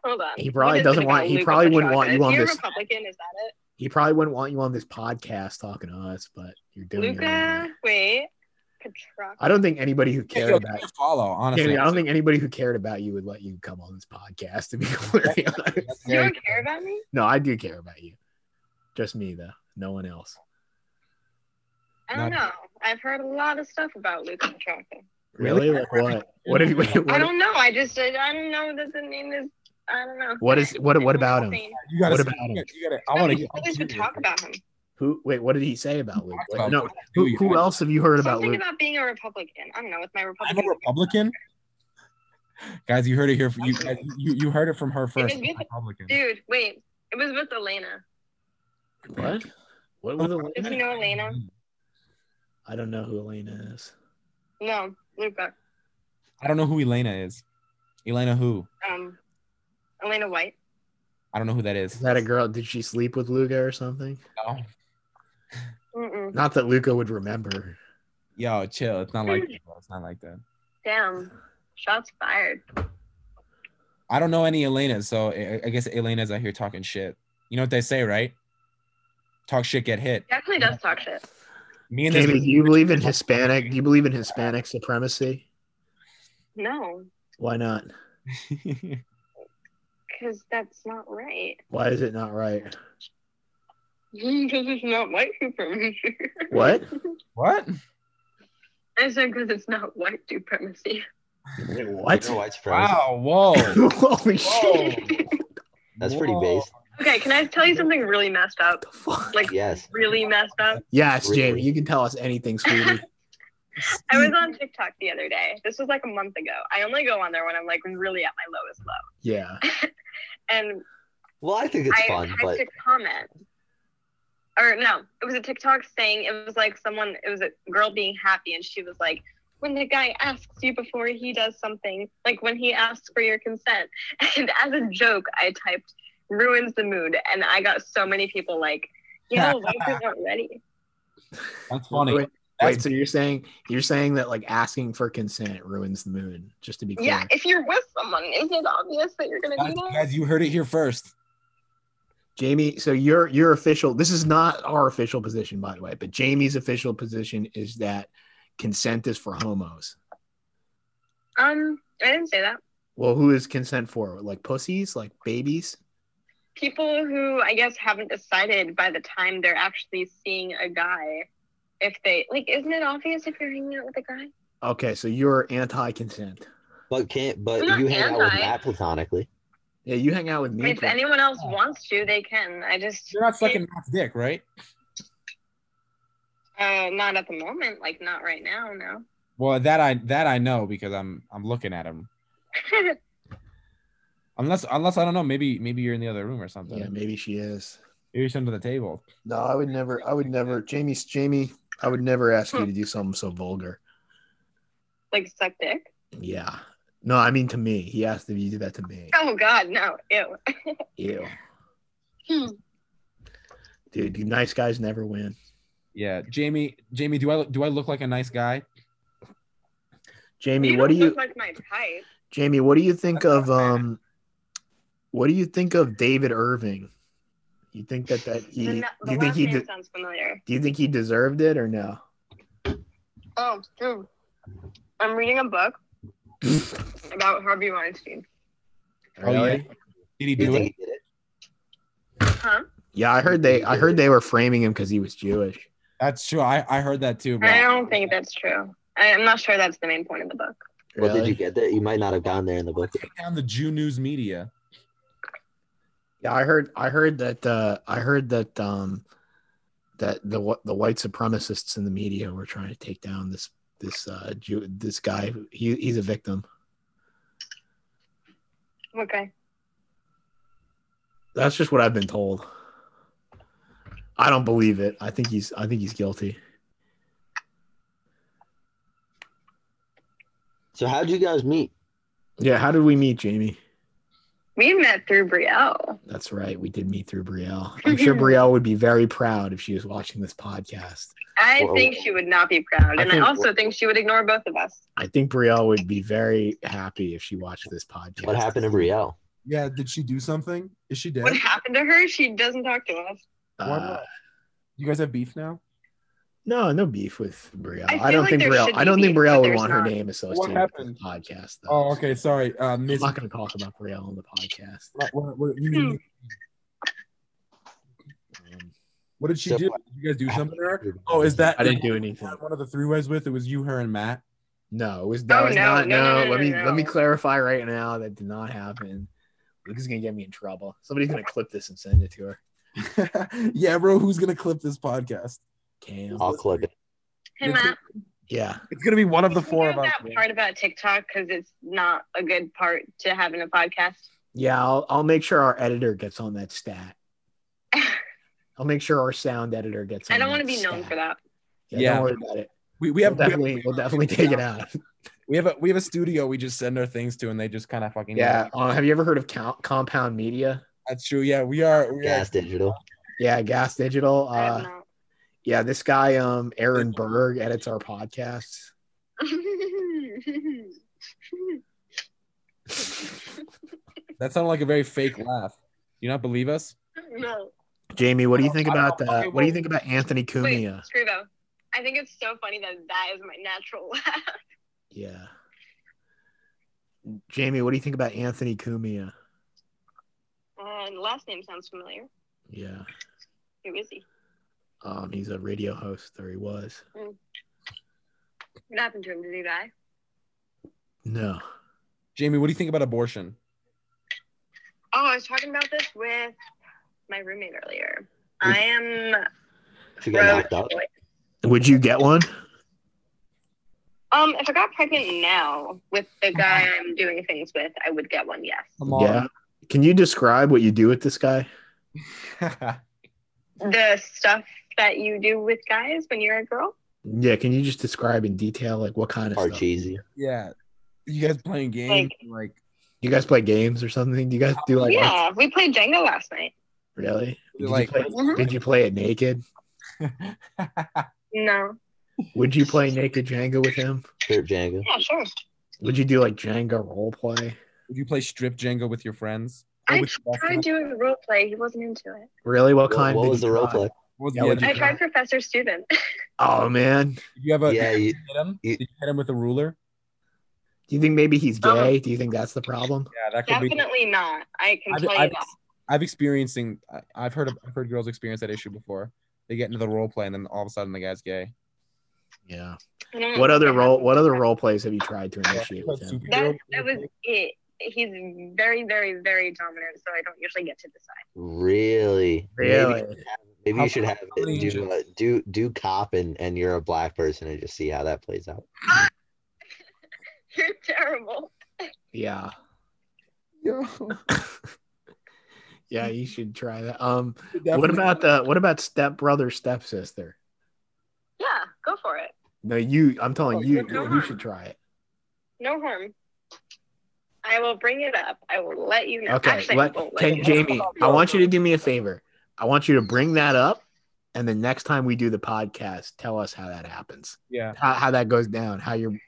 Speaker 5: Hold on.
Speaker 1: He probably
Speaker 5: What is
Speaker 1: doesn't
Speaker 5: it
Speaker 1: want-
Speaker 5: about
Speaker 1: he
Speaker 5: Luca
Speaker 1: probably wouldn't
Speaker 5: Petrocca?
Speaker 1: want you
Speaker 5: Is
Speaker 1: on
Speaker 5: he a
Speaker 1: this-
Speaker 5: Republican? Is that it?
Speaker 1: He probably wouldn't want you on this podcast talking to us, but you're doing. your
Speaker 5: Luca,
Speaker 1: own.
Speaker 5: wait. Petrocca.
Speaker 1: I don't think anybody who cared
Speaker 2: Yo, [laughs]
Speaker 1: about.
Speaker 2: give me a follow, honestly.
Speaker 1: Jamie, I don't think anybody who cared about you would let you come on this podcast. To be [laughs]
Speaker 2: [laughs]
Speaker 1: completely honest,
Speaker 2: That's
Speaker 5: You
Speaker 2: very-
Speaker 5: don't care about me?
Speaker 1: no, I do care about you. Just me though, no one else.
Speaker 5: I don't
Speaker 2: No.
Speaker 5: know. I've heard a lot of stuff about Luca Petrocca.
Speaker 1: Really?
Speaker 2: Really?
Speaker 1: Like what?
Speaker 2: [laughs]
Speaker 1: What have you? [laughs] What,
Speaker 5: I don't know. I just, I, I don't know. Doesn't mean this. I don't know.
Speaker 1: what is? What? What about him?
Speaker 2: you gotta,
Speaker 1: What
Speaker 2: say-
Speaker 1: about him?
Speaker 2: you gotta, you gotta- I want to.
Speaker 5: Others would talk about him.
Speaker 1: Who? Wait, what did he say about Luke?
Speaker 2: about
Speaker 1: no,
Speaker 2: Luke.
Speaker 1: who, who
Speaker 2: Yeah.
Speaker 1: else have you heard about
Speaker 5: Something
Speaker 1: Luke?
Speaker 5: about being a Republican. I don't know. With my
Speaker 2: I'm
Speaker 5: Republican.
Speaker 2: a Republican. Guys, you heard it here. You guys, you, you heard it from her first.
Speaker 5: Dude,
Speaker 2: Republican.
Speaker 5: Dude, wait. It was with Elena.
Speaker 1: What? What were the?
Speaker 5: Does he know Elena?
Speaker 1: I don't know who Elena is.
Speaker 5: No, Luca.
Speaker 2: I don't know who Elena is. Elena who?
Speaker 5: Um, Elena White.
Speaker 2: I don't know who that is.
Speaker 1: Is that a girl? Did she sleep with Luca or something?
Speaker 2: No.
Speaker 5: Mm-mm.
Speaker 1: Not that Luca would remember.
Speaker 2: Yo, chill. It's not like that, bro. It's not like that.
Speaker 5: Damn. Shots fired.
Speaker 2: I don't know any Elenas, so I I guess Elena's out here talking shit. You know what they say, right? Talk shit, get hit.
Speaker 5: Definitely does talk shit.
Speaker 2: Me and this,
Speaker 1: Jamie, do you believe in Hispanic? Do you believe in Hispanic supremacy?
Speaker 5: No,
Speaker 1: Why not?
Speaker 5: because that's not right. [laughs]
Speaker 1: Why is it not right?
Speaker 5: Because it's not white supremacy.
Speaker 1: What?
Speaker 2: [laughs] what?
Speaker 5: I said because it's not white supremacy.
Speaker 1: Wait, what?
Speaker 3: You're white supremacist.
Speaker 2: Wow, whoa.
Speaker 1: [laughs] Holy
Speaker 2: Whoa.
Speaker 1: shit!
Speaker 3: [laughs] That's pretty
Speaker 2: Whoa.
Speaker 3: based.
Speaker 5: [laughs] Okay, can I tell you something really messed up?
Speaker 1: The fuck?
Speaker 5: Like
Speaker 3: Yes.
Speaker 5: really messed up.
Speaker 1: Yes,
Speaker 3: Really?
Speaker 1: Jamie, you can tell us anything, sweetie.
Speaker 5: I was on TikTok the other day. This was like a month ago. I only go on there when I'm like really at my lowest low.
Speaker 1: Yeah.
Speaker 5: And
Speaker 3: Well, I think it's
Speaker 5: I
Speaker 3: fun,
Speaker 5: had
Speaker 3: but
Speaker 5: to comment. Or no, it was a TikTok saying it was like someone it was a girl being happy and she was like, when the guy asks you before he does something, like when he asks for your consent. [laughs] And as a joke, I typed ruins the mood and I got so many people like, you know, white people aren't ready.
Speaker 3: [laughs]
Speaker 2: That's funny.
Speaker 1: Wait,
Speaker 2: That's-
Speaker 1: so you're saying you're saying that like asking for consent ruins the mood? Just to be clear.
Speaker 5: Yeah, if you're with someone, isn't it obvious that you're gonna
Speaker 2: Guys,
Speaker 5: do that?
Speaker 2: guys, you heard it here first.
Speaker 1: Jamie, so your your official this is not our official position, by the way, but Jamie's official position is that consent is for homos.
Speaker 5: Um, I didn't say that.
Speaker 1: Well, who is consent for? Like pussies, like babies?
Speaker 5: People who I guess haven't decided by the time they're actually seeing a guy if they like, isn't it obvious if you're hanging out with a guy?
Speaker 1: Okay, so you're anti-consent.
Speaker 3: but can't but
Speaker 5: I'm not
Speaker 3: you hang out with
Speaker 5: anti.
Speaker 3: Matt platonically.
Speaker 1: Yeah, you hang out with me.
Speaker 5: if anyone else wants to, they can. I just
Speaker 2: You're not sucking Matt's dick, right?
Speaker 5: uh, not at the moment, like not right now, no. [laughs]
Speaker 2: Well, that I that I know because I'm I'm looking at him. Unless unless I don't know, maybe maybe you're in the other room or something.
Speaker 1: yeah, maybe she is.
Speaker 2: Maybe you're under the table.
Speaker 1: No, I would never I would never Jamie's Jamie, I would never ask you to do something so vulgar.
Speaker 5: like suck dick.
Speaker 1: Yeah. No, I mean to me. He asked if you do that to me.
Speaker 5: Oh God, no, ew.
Speaker 1: Ew.
Speaker 5: Hmm.
Speaker 1: Dude, you nice guys never win.
Speaker 2: Yeah, Jamie, Jamie, do I do I look like a nice guy?
Speaker 5: [laughs]
Speaker 1: Jamie, what do
Speaker 5: don't
Speaker 1: you
Speaker 5: look like my type?
Speaker 1: Jamie, what do you think
Speaker 2: That's
Speaker 1: of
Speaker 2: not fair.
Speaker 1: um what do you think of David Irving? You think that that he
Speaker 5: The,
Speaker 1: do
Speaker 5: na- the
Speaker 1: you think
Speaker 5: last
Speaker 1: he
Speaker 5: name
Speaker 1: de-
Speaker 5: sounds familiar.
Speaker 1: do you think he deserved it or no?
Speaker 5: Oh, dude. I'm reading
Speaker 1: [laughs]
Speaker 5: a book about Harvey Weinstein.
Speaker 2: Oh yeah. Did he
Speaker 3: You
Speaker 2: do it?
Speaker 3: think he did it?
Speaker 5: Huh?
Speaker 1: Yeah, I heard they I heard they were framing him cuz he was Jewish.
Speaker 2: That's true. I, I heard that too, bro.
Speaker 5: I don't think that's true. I, I'm not sure that's the main point of the book.
Speaker 3: What did you get there? You might not have gone there in the book.
Speaker 2: Take down the Jew News Media.
Speaker 1: Yeah, I heard. I heard that. Uh, I heard that. Um, that the wh- the white supremacists in the media were trying to take down this this uh, Jew, this guy. who- He, he's a victim.
Speaker 5: Okay.
Speaker 1: That's just what I've been told. I don't believe it. I think he's. I think he's guilty.
Speaker 3: So how'd you guys meet?
Speaker 1: Yeah. How did we meet, Jamie?
Speaker 5: We met through Brielle.
Speaker 1: That's right. We did meet through Brielle. I'm
Speaker 5: [laughs]
Speaker 1: sure Brielle would be very proud if she was watching this podcast.
Speaker 5: I
Speaker 3: Whoa.
Speaker 5: think she would not be proud.
Speaker 1: I
Speaker 5: And I,
Speaker 1: think-
Speaker 5: also think she would ignore both of us.
Speaker 1: I think Brielle would be very happy if she watched this podcast.
Speaker 3: What happened to Brielle?
Speaker 2: Yeah, did she do something? Is she dead?
Speaker 5: What happened to her? She doesn't talk to us.
Speaker 1: Uh,
Speaker 2: Why not? You guys have beef now?
Speaker 1: no, no beef with Brielle.
Speaker 5: I
Speaker 1: I,
Speaker 5: feel
Speaker 1: don't
Speaker 5: like
Speaker 1: think
Speaker 5: there
Speaker 1: Brielle.
Speaker 5: should
Speaker 1: I
Speaker 5: be
Speaker 1: don't think
Speaker 5: beef,
Speaker 1: Brielle
Speaker 5: but
Speaker 1: would
Speaker 5: there's
Speaker 1: want her
Speaker 5: not.
Speaker 1: name associated
Speaker 2: happened?
Speaker 1: with the podcast. Though.
Speaker 2: Oh, okay. Sorry, uh,
Speaker 1: I'm
Speaker 2: Miss.
Speaker 1: not going to talk about Brielle on the podcast.
Speaker 2: What, what- what- you-
Speaker 1: Um,
Speaker 2: what did she
Speaker 3: So-
Speaker 2: do? Did you guys do something to her? Oh, is that
Speaker 1: I didn't do anything.
Speaker 2: that one of the three ways with? It was you, her, and Matt. [laughs]
Speaker 1: No, it was that
Speaker 5: Oh,
Speaker 1: was
Speaker 5: no,
Speaker 1: not.
Speaker 5: no, no,
Speaker 1: No,
Speaker 5: no,
Speaker 1: let me
Speaker 5: no,
Speaker 1: let me
Speaker 5: no.
Speaker 1: clarify right now that did not happen. Luke is gonna get me in trouble. Somebody's gonna clip this and send it to her.
Speaker 2: yeah, bro. Who's gonna clip this podcast?
Speaker 1: Cam.
Speaker 3: I'll clip it.
Speaker 5: Hey,
Speaker 2: You're
Speaker 5: Matt.
Speaker 1: Yeah.
Speaker 2: It's gonna be one of the
Speaker 5: can you
Speaker 2: four
Speaker 5: do
Speaker 2: of us.
Speaker 5: that
Speaker 2: man.
Speaker 5: part about TikTok because it's not a good part to have in a podcast.
Speaker 1: Yeah, I'll I'll make sure our editor gets on that
Speaker 5: [laughs]
Speaker 1: stat. I'll make sure our sound editor gets on
Speaker 5: I don't
Speaker 1: want to
Speaker 5: be known for that.
Speaker 1: Yeah,
Speaker 2: Yeah.
Speaker 1: don't worry about it.
Speaker 2: We, we
Speaker 1: We
Speaker 2: have
Speaker 1: will definitely we'll
Speaker 2: [laughs]
Speaker 1: definitely take it out.
Speaker 2: We have a we have a studio we just send our things to, and they just kind of fucking
Speaker 1: Yeah. Uh, have you ever heard of count, compound media?
Speaker 2: That's true. Yeah, we are. We are
Speaker 3: Gas digital.
Speaker 1: Yeah, Gas Digital.
Speaker 5: I have
Speaker 1: Uh, yeah, this guy, um, Aaron Berg, edits our podcast.
Speaker 5: [laughs] not.
Speaker 2: that sounded like a very fake laugh. Do you not believe us?
Speaker 5: [laughs] no.
Speaker 1: Jamie, what do you think
Speaker 2: I don't
Speaker 1: about
Speaker 2: fucking
Speaker 1: uh, what do you think about Anthony
Speaker 5: Wait,
Speaker 1: Cumia?
Speaker 5: screw though. I think it's so funny that that is my natural [laughs] laugh.
Speaker 1: Yeah. Jamie, what do you think about Anthony Cumia?
Speaker 5: And last name sounds familiar.
Speaker 1: Yeah.
Speaker 5: Who is he?
Speaker 1: Um, he's a radio host, or he was.
Speaker 5: What happened to him? Did he die?
Speaker 1: No.
Speaker 2: Jamie, what do you think about abortion?
Speaker 5: Oh, I was talking about this with my roommate earlier. I am
Speaker 3: She
Speaker 5: pro
Speaker 3: got knocked up.
Speaker 1: Would you get one?
Speaker 5: Um, if I got pregnant now with the guy
Speaker 1: Uh-huh.
Speaker 5: I'm doing things with, I would get one, yes.
Speaker 1: Yeah. Can you describe what you do with this guy?
Speaker 2: Yeah.
Speaker 5: The stuff that you do with guys when you're a girl?
Speaker 1: Yeah, can you just describe in detail like what kind of
Speaker 3: Or
Speaker 1: stuff?
Speaker 3: cheesy.
Speaker 2: [laughs] yeah. You guys playing games? Like,
Speaker 1: You guys play games or something? Do you guys do like
Speaker 5: yeah, we played Jenga last night.
Speaker 1: really? Did,
Speaker 2: Like-
Speaker 1: you play, did you play it naked?
Speaker 5: No.
Speaker 1: Would you play naked Jenga with him?
Speaker 3: Strip Django.
Speaker 5: Yeah, sure.
Speaker 1: Would you do like Jenga role play?
Speaker 2: [laughs] would you play strip Jenga with your friends? Or
Speaker 5: I
Speaker 2: with your best
Speaker 5: tried
Speaker 2: friends?
Speaker 5: doing role play. He wasn't into it.
Speaker 1: Really? What
Speaker 3: What,
Speaker 1: kind?
Speaker 3: what
Speaker 1: did
Speaker 3: was
Speaker 1: you
Speaker 3: the role
Speaker 1: try?
Speaker 3: play?
Speaker 2: What was
Speaker 1: Yeah,
Speaker 2: the
Speaker 1: would
Speaker 2: other
Speaker 5: I
Speaker 1: you-
Speaker 2: one?
Speaker 5: tried professor student.
Speaker 1: Oh man,
Speaker 2: Did you have a?
Speaker 3: Yeah, you,
Speaker 2: Did you hit him?
Speaker 3: you-
Speaker 2: Did you hit him with a ruler?
Speaker 1: do you think maybe he's
Speaker 5: Um,
Speaker 1: gay? do you think that's the problem?
Speaker 2: Yeah, that could be.
Speaker 5: Definitely not. I can
Speaker 2: I've,
Speaker 5: tell you
Speaker 2: I've,
Speaker 5: that.
Speaker 2: I've experiencing. I- I've heard. Of, I've heard girls experience that issue before. They get into the role play, and then all of a sudden, the guy's gay.
Speaker 1: Yeah.
Speaker 5: I don't
Speaker 1: What
Speaker 5: know
Speaker 1: other
Speaker 5: if I
Speaker 1: role?
Speaker 5: have-
Speaker 1: What other role plays have you tried to initiate with him?
Speaker 5: That,
Speaker 2: Superhero
Speaker 5: that
Speaker 2: role [laughs]
Speaker 5: was it. He's very, very, very dominant, so I don't usually get to decide.
Speaker 3: really?
Speaker 1: Really?
Speaker 3: Maybe, maybe
Speaker 2: How-
Speaker 3: you should have
Speaker 2: how many
Speaker 3: it do, uh, do do cop and and you're a black person and just see how that plays out.
Speaker 5: You're [laughs] terrible.
Speaker 1: Yeah.
Speaker 2: play.
Speaker 1: Yeah, you should try that. Um,
Speaker 2: Yeah.
Speaker 1: what about the what about step brother, step sister?
Speaker 5: Yeah, go for it.
Speaker 1: No, you. I'm telling
Speaker 2: Oh,
Speaker 1: you,
Speaker 5: come
Speaker 1: you
Speaker 5: on.
Speaker 1: should try it.
Speaker 5: No harm. I will bring it up. I will let you know.
Speaker 1: Okay.
Speaker 5: Actually, I
Speaker 1: oh, let,
Speaker 5: won't
Speaker 1: can-
Speaker 5: you know.
Speaker 1: Jamie, I want you to do me a favor. I want you to bring that up, and the next time we do the podcast, tell us how that happens,
Speaker 2: Yeah.
Speaker 1: how, how that goes down, how
Speaker 5: [laughs]
Speaker 1: you're.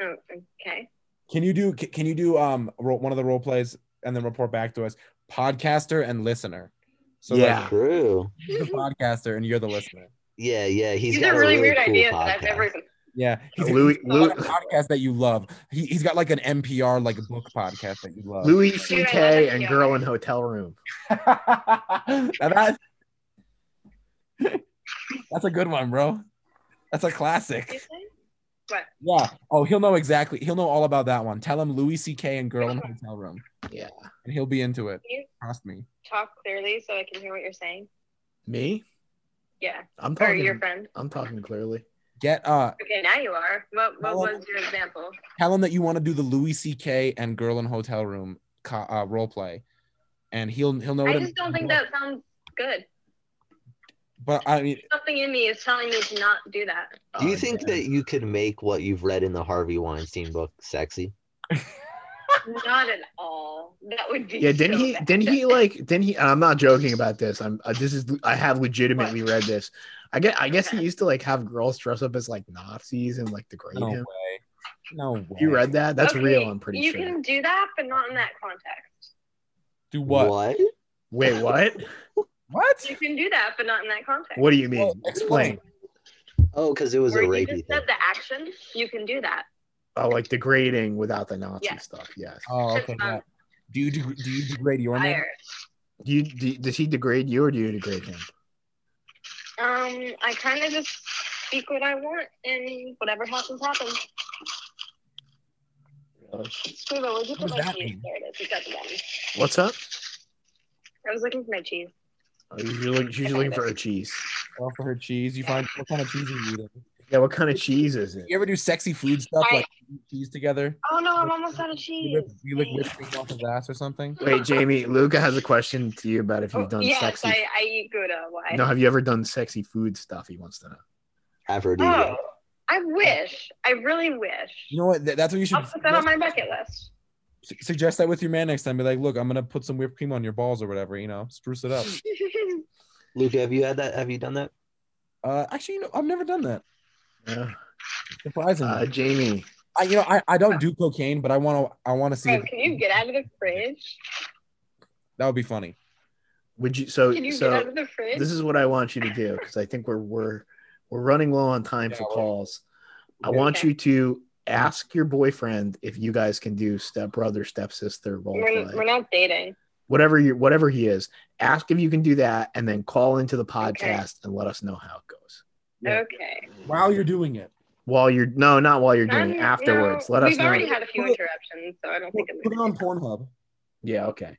Speaker 5: Oh,
Speaker 3: [laughs]
Speaker 5: okay.
Speaker 2: Can you do? ca- Can you do um ro- one of the role plays and then report back to us? Podcaster and listener. So like,
Speaker 1: Yeah.
Speaker 3: True.
Speaker 2: you're the podcaster and you're the listener.
Speaker 3: Yeah, yeah. He's
Speaker 5: These
Speaker 3: got
Speaker 5: are really,
Speaker 3: a
Speaker 5: weird
Speaker 3: cool
Speaker 5: ideas
Speaker 3: podcast.
Speaker 5: that I've never even.
Speaker 2: Yeah, he's,
Speaker 1: Louis-
Speaker 2: he's got like a
Speaker 1: Louis-
Speaker 2: podcast that you love. He, he's got like an NPR like book podcast that you love.
Speaker 1: Louis
Speaker 5: I love
Speaker 1: C.K.
Speaker 5: that
Speaker 1: and
Speaker 5: show.
Speaker 1: Girl in Hotel Room.
Speaker 2: [laughs] Now that- that's a good one, bro. That's a classic.
Speaker 5: What?
Speaker 2: Yeah. Oh, he'll know exactly. He'll know all about that one. Tell him Louis C.K. and Girl in a Hotel Room.
Speaker 1: Yeah.
Speaker 2: And he'll be into it.
Speaker 5: Can you
Speaker 2: Trust me.
Speaker 5: talk clearly so I can hear what you're saying?
Speaker 1: Me?
Speaker 5: Yeah.
Speaker 1: I'm
Speaker 5: Or
Speaker 1: talking.
Speaker 5: your friend.
Speaker 1: I'm talking clearly.
Speaker 2: Get uh
Speaker 5: Okay, now you are. What what
Speaker 1: Oh.
Speaker 2: Well-
Speaker 5: was your example?
Speaker 2: tell him that you want to do the Louis C.K. and Girl in Hotel Room co- uh, role play, and he'll he'll know.
Speaker 5: I
Speaker 2: it-
Speaker 5: just don't think that sounds good.
Speaker 2: But I mean,
Speaker 5: Something in me is telling me to not do that.
Speaker 3: Do you
Speaker 1: Uh,
Speaker 3: think
Speaker 1: yeah.
Speaker 3: that you could make what you've read in the Harvey Weinstein book sexy?
Speaker 5: Not at all. That would be
Speaker 1: Yeah, didn't
Speaker 5: so
Speaker 1: he?
Speaker 5: bad.
Speaker 1: Didn't he like? Didn't he? And I'm not joking about this. I'm. Uh, this is. I have legitimately read this. I get. I guess he used to like have girls dress up as like Nazis and like degrade
Speaker 2: no way,
Speaker 1: him.
Speaker 2: no way.
Speaker 1: You read that? That's
Speaker 5: Okay,
Speaker 1: real. I'm pretty
Speaker 5: You
Speaker 1: sure.
Speaker 5: can do that, but not in that context.
Speaker 2: Do what? What?
Speaker 5: [laughs]
Speaker 1: Wait, what?
Speaker 5: You can do that, but not in that context.
Speaker 1: What do you mean?
Speaker 2: Well,
Speaker 1: explain.
Speaker 2: explain.
Speaker 3: Oh, because it was a
Speaker 5: Where you
Speaker 3: rapey
Speaker 5: just
Speaker 3: thing.
Speaker 5: said the action, you can do that.
Speaker 1: Oh, like degrading without the Nazi
Speaker 5: Yeah.
Speaker 1: stuff. Yes.
Speaker 2: Oh, okay.
Speaker 5: Um,
Speaker 2: yeah. Do you deg- do you degrade your man?
Speaker 5: Fire.
Speaker 1: Do you? Do, does he degrade you or do you degrade him?
Speaker 5: Um, I kind of just speak what I want, and whatever happens, happens. Scuba, where'd you
Speaker 2: What
Speaker 5: put my
Speaker 2: does that
Speaker 5: cheese?
Speaker 2: mean?
Speaker 5: There it is. You got the one.
Speaker 1: What's up?
Speaker 5: I was looking for my cheese.
Speaker 1: Oh, you're usually, she's usually looking for a cheese.
Speaker 2: Or for her cheese? You find what kind of cheese are you eating?
Speaker 1: Yeah. What kind of cheese is it?
Speaker 2: You ever do sexy food stuff like cheese together?
Speaker 5: Oh no, I'm almost out of cheese.
Speaker 2: You lick, you lick whipped cream off his ass or something?
Speaker 5: [laughs]
Speaker 1: Wait, Jamie. Luca has a question to you about if
Speaker 5: Oh,
Speaker 1: you've done
Speaker 5: yes,
Speaker 1: sexy.
Speaker 5: I, I eat Gouda. Why?
Speaker 1: no, have you ever done sexy food stuff? He wants to know.
Speaker 5: Oh,
Speaker 3: Aphrodisiac.
Speaker 5: I wish. I really wish.
Speaker 2: You know what? Th- that's what you should
Speaker 5: I'll put that on my bucket list.
Speaker 2: su- suggest that with your man next time. Be like, look, I'm gonna put some whipped cream on your balls or whatever. You know, spruce it
Speaker 5: [laughs]
Speaker 2: up.
Speaker 3: Luca, have you had that? Have you done that?
Speaker 2: Uh, actually, you know, I've never done that.
Speaker 1: Yeah.
Speaker 2: Surprisingly,
Speaker 1: Uh, Jamie,
Speaker 2: I, you know, I, I don't do cocaine, but I want to. I want to see.
Speaker 5: Bro,
Speaker 2: if-
Speaker 5: can you get out of the fridge?
Speaker 2: that would be funny.
Speaker 1: would you? So,
Speaker 5: Can you get out
Speaker 1: so
Speaker 5: of the fridge?
Speaker 1: this is what I want you to do because I think we're we're we're running low on time
Speaker 2: Yeah,
Speaker 1: for
Speaker 2: we're-
Speaker 1: calls. I
Speaker 2: Okay.
Speaker 1: want you to ask your boyfriend if you guys can do step brother, step sister role
Speaker 5: we're, we're
Speaker 1: play,
Speaker 5: not dating.
Speaker 1: whatever you whatever he is. Ask if you can do that, and then call into the podcast and let us know how it goes.
Speaker 2: Yeah.
Speaker 5: Okay.
Speaker 2: While you're doing it,
Speaker 1: While you're no, not while you're doing
Speaker 5: I'm-
Speaker 1: it,
Speaker 5: Um, no,
Speaker 1: afterwards. let us
Speaker 5: We've
Speaker 1: know.
Speaker 5: already had a few
Speaker 2: Put it-
Speaker 5: interruptions, so I don't
Speaker 2: put,
Speaker 5: think I'm
Speaker 2: put it
Speaker 5: gonna
Speaker 2: on
Speaker 5: do
Speaker 2: Pornhub.
Speaker 1: yeah, okay.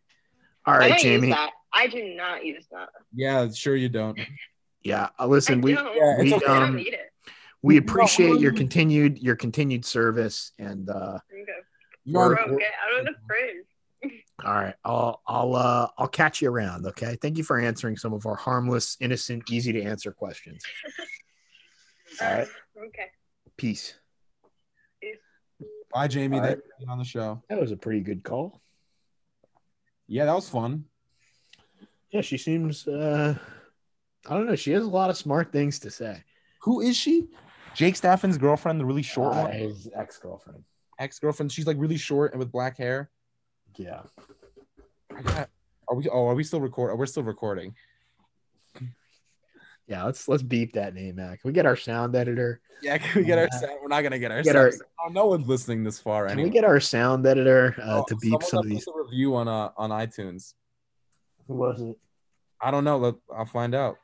Speaker 1: All
Speaker 5: that. I
Speaker 1: right,
Speaker 5: don't
Speaker 1: Jamie.
Speaker 5: use that. I do not use that.
Speaker 2: Yeah, sure you don't.
Speaker 1: Yeah, uh, listen,
Speaker 5: I
Speaker 1: we
Speaker 5: don't.
Speaker 2: Yeah, it's
Speaker 1: we,
Speaker 2: okay.
Speaker 5: I don't
Speaker 1: um,
Speaker 5: need it.
Speaker 1: we
Speaker 2: No,
Speaker 1: appreciate your
Speaker 2: um,
Speaker 1: continued your continued service and uh
Speaker 5: Okay.
Speaker 2: You are-
Speaker 5: Bro, get out of the fridge.
Speaker 1: all right i'll i'll uh i'll catch you around okay thank you for answering some of our harmless innocent easy to answer questions all right
Speaker 5: Okay.
Speaker 1: peace
Speaker 2: Bye, Jamie.
Speaker 1: All
Speaker 2: Thanks for being on the show.
Speaker 1: that was a pretty good call
Speaker 2: Yeah, that was fun.
Speaker 1: yeah she seems uh i don't know she has a lot of smart things to say
Speaker 2: Who is she? Jake Staffin's girlfriend, the really short
Speaker 1: Uh,
Speaker 2: one,
Speaker 1: his ex-girlfriend
Speaker 2: ex girlfriend. She's like really short and with black hair.
Speaker 1: yeah
Speaker 2: I got- Are we? Oh, are we still recording? We're still recording.
Speaker 1: yeah let's let's beep that name out can we get our sound editor
Speaker 2: Yeah, can we get our?
Speaker 1: Yeah.
Speaker 2: sound? We're not gonna get our.
Speaker 1: Get
Speaker 2: Get
Speaker 1: our-
Speaker 2: Oh, no one's listening this far.
Speaker 1: can
Speaker 2: anyway.
Speaker 1: we get our sound editor uh,
Speaker 2: Oh,
Speaker 1: to beep
Speaker 2: someone
Speaker 1: some of
Speaker 2: left
Speaker 1: these
Speaker 2: us A review on uh, on iTunes.
Speaker 1: who was it
Speaker 2: I don't know. Let, I'll find out.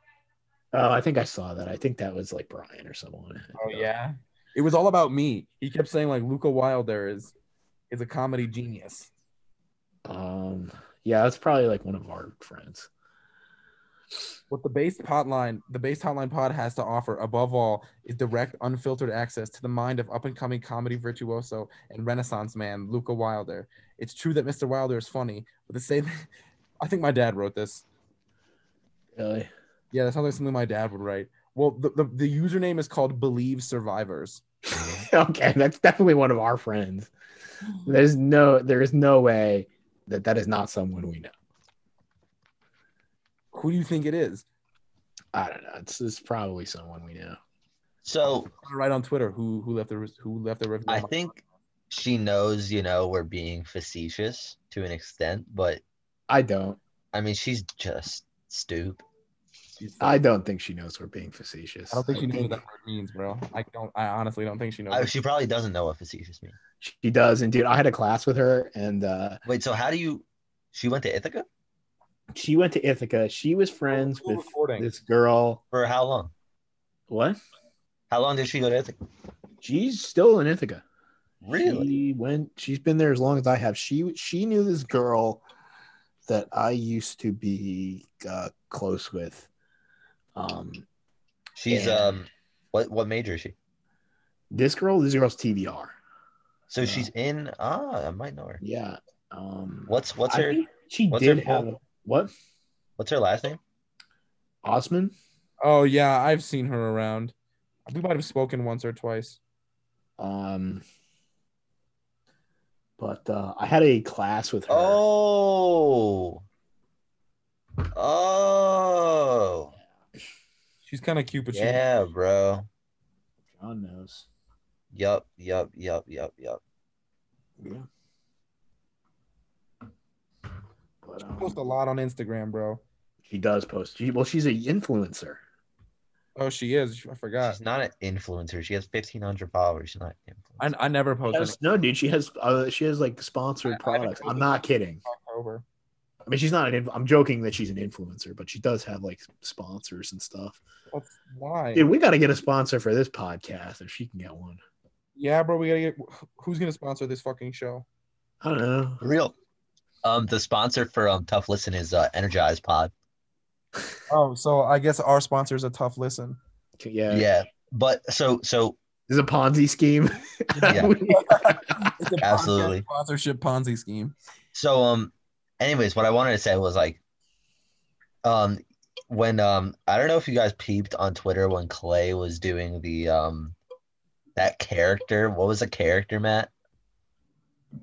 Speaker 1: Oh, I think I saw that. I think that was like Brian or someone.
Speaker 2: Oh, yeah. It was all about me. He kept saying like Luca Wilder is is a comedy genius.
Speaker 1: Um, yeah, that's probably like one of our friends.
Speaker 2: What the base hotline, the base hotline pod has to offer, above all, is direct, unfiltered access to the mind of up and coming comedy virtuoso and Renaissance man Luca Wilder. It's true that Mr. Wilder is funny, but the same. [laughs] I think my dad wrote this.
Speaker 1: Really?
Speaker 2: Yeah, that sounds like something my dad would write. Well, the, the, the username is called Believe Survivors.
Speaker 1: [laughs] okay, that's definitely one of our friends. There's no, there is no way that that is not someone we know.
Speaker 2: Who do you think it is?
Speaker 1: I don't know. It's, it's probably someone we know.
Speaker 3: So
Speaker 2: Right on Twitter, who who left the who left the review?
Speaker 3: I think she knows, you know, we're being facetious to an extent, but
Speaker 1: I don't.
Speaker 3: I mean, she's just stupid.
Speaker 2: She's-
Speaker 1: I don't think she knows we're being facetious.
Speaker 2: I don't think she knows what that word means, bro. I don't. I honestly don't think she knows.
Speaker 3: I, she probably doesn't know what facetious means.
Speaker 1: She does, and dude, I had a class with her, and uh,
Speaker 3: Wait, so how do you? She went to Ithaca
Speaker 1: she went to Ithaca. She was friends
Speaker 2: Still
Speaker 1: with
Speaker 2: recording.
Speaker 1: this girl.
Speaker 3: for how long?
Speaker 1: What?
Speaker 3: How long did she go to Ithaca?
Speaker 1: She's still in Ithaca.
Speaker 3: Really?
Speaker 1: She went. She's been there as long as I have. She she knew this girl that I used to be uh, close with. Um,
Speaker 3: She's
Speaker 1: Yeah.
Speaker 3: um what what major is she?
Speaker 1: this girl, this girl's TBR.
Speaker 3: So
Speaker 1: Yeah.
Speaker 3: she's in ah, I might know her.
Speaker 1: Yeah. Um,
Speaker 3: What's what's
Speaker 1: I
Speaker 3: her
Speaker 1: think She
Speaker 3: what's her
Speaker 1: did
Speaker 3: full-
Speaker 1: have what?
Speaker 3: what's her last name?
Speaker 1: Osman.
Speaker 2: Oh yeah, I've seen her around. We might have spoken once or twice.
Speaker 1: Um, but uh, I had a class with her.
Speaker 3: Oh. Oh.
Speaker 2: She's kind of cute, but she
Speaker 3: Yeah, bro.
Speaker 1: John knows.
Speaker 3: Yup, yup, yup, yup, yup.
Speaker 1: Yeah. But
Speaker 2: she posts a
Speaker 1: um,
Speaker 2: lot on Instagram, bro.
Speaker 1: she does post. She, well, she's an influencer.
Speaker 2: Oh, she is. I forgot.
Speaker 3: She's not an influencer. She has fifteen hundred followers. She's not an influencer.
Speaker 2: I, I never post
Speaker 1: Yes, no, dude, she has. Uh, she has like sponsored
Speaker 2: I- I haven't
Speaker 1: products.
Speaker 2: heard
Speaker 1: I'm
Speaker 2: of
Speaker 1: not kidding.
Speaker 2: over.
Speaker 1: I mean, she's not an. Inf- I'm joking that she's an influencer, but she does have like sponsors and stuff.
Speaker 2: That's why.
Speaker 1: Dude, we got to get a sponsor for this podcast if she can get one.
Speaker 2: yeah, bro. We gotta get. Who's gonna sponsor this fucking show?
Speaker 1: I don't know.
Speaker 3: Real. Um the sponsor for um Tough Listen is uh Energize Pod.
Speaker 2: Oh, so I guess our sponsor is a tough [laughs] listen.
Speaker 1: Yeah,
Speaker 3: Yeah. But so so
Speaker 1: This is a Ponzi scheme. [laughs]
Speaker 3: Yeah.
Speaker 2: It's a podcast
Speaker 3: [laughs] Absolutely.
Speaker 2: sponsorship Ponzi scheme.
Speaker 3: So um anyways, what I wanted to say was like um when um I don't know if you guys peeped on Twitter when Clay was doing the um that character. What was the character, Matt?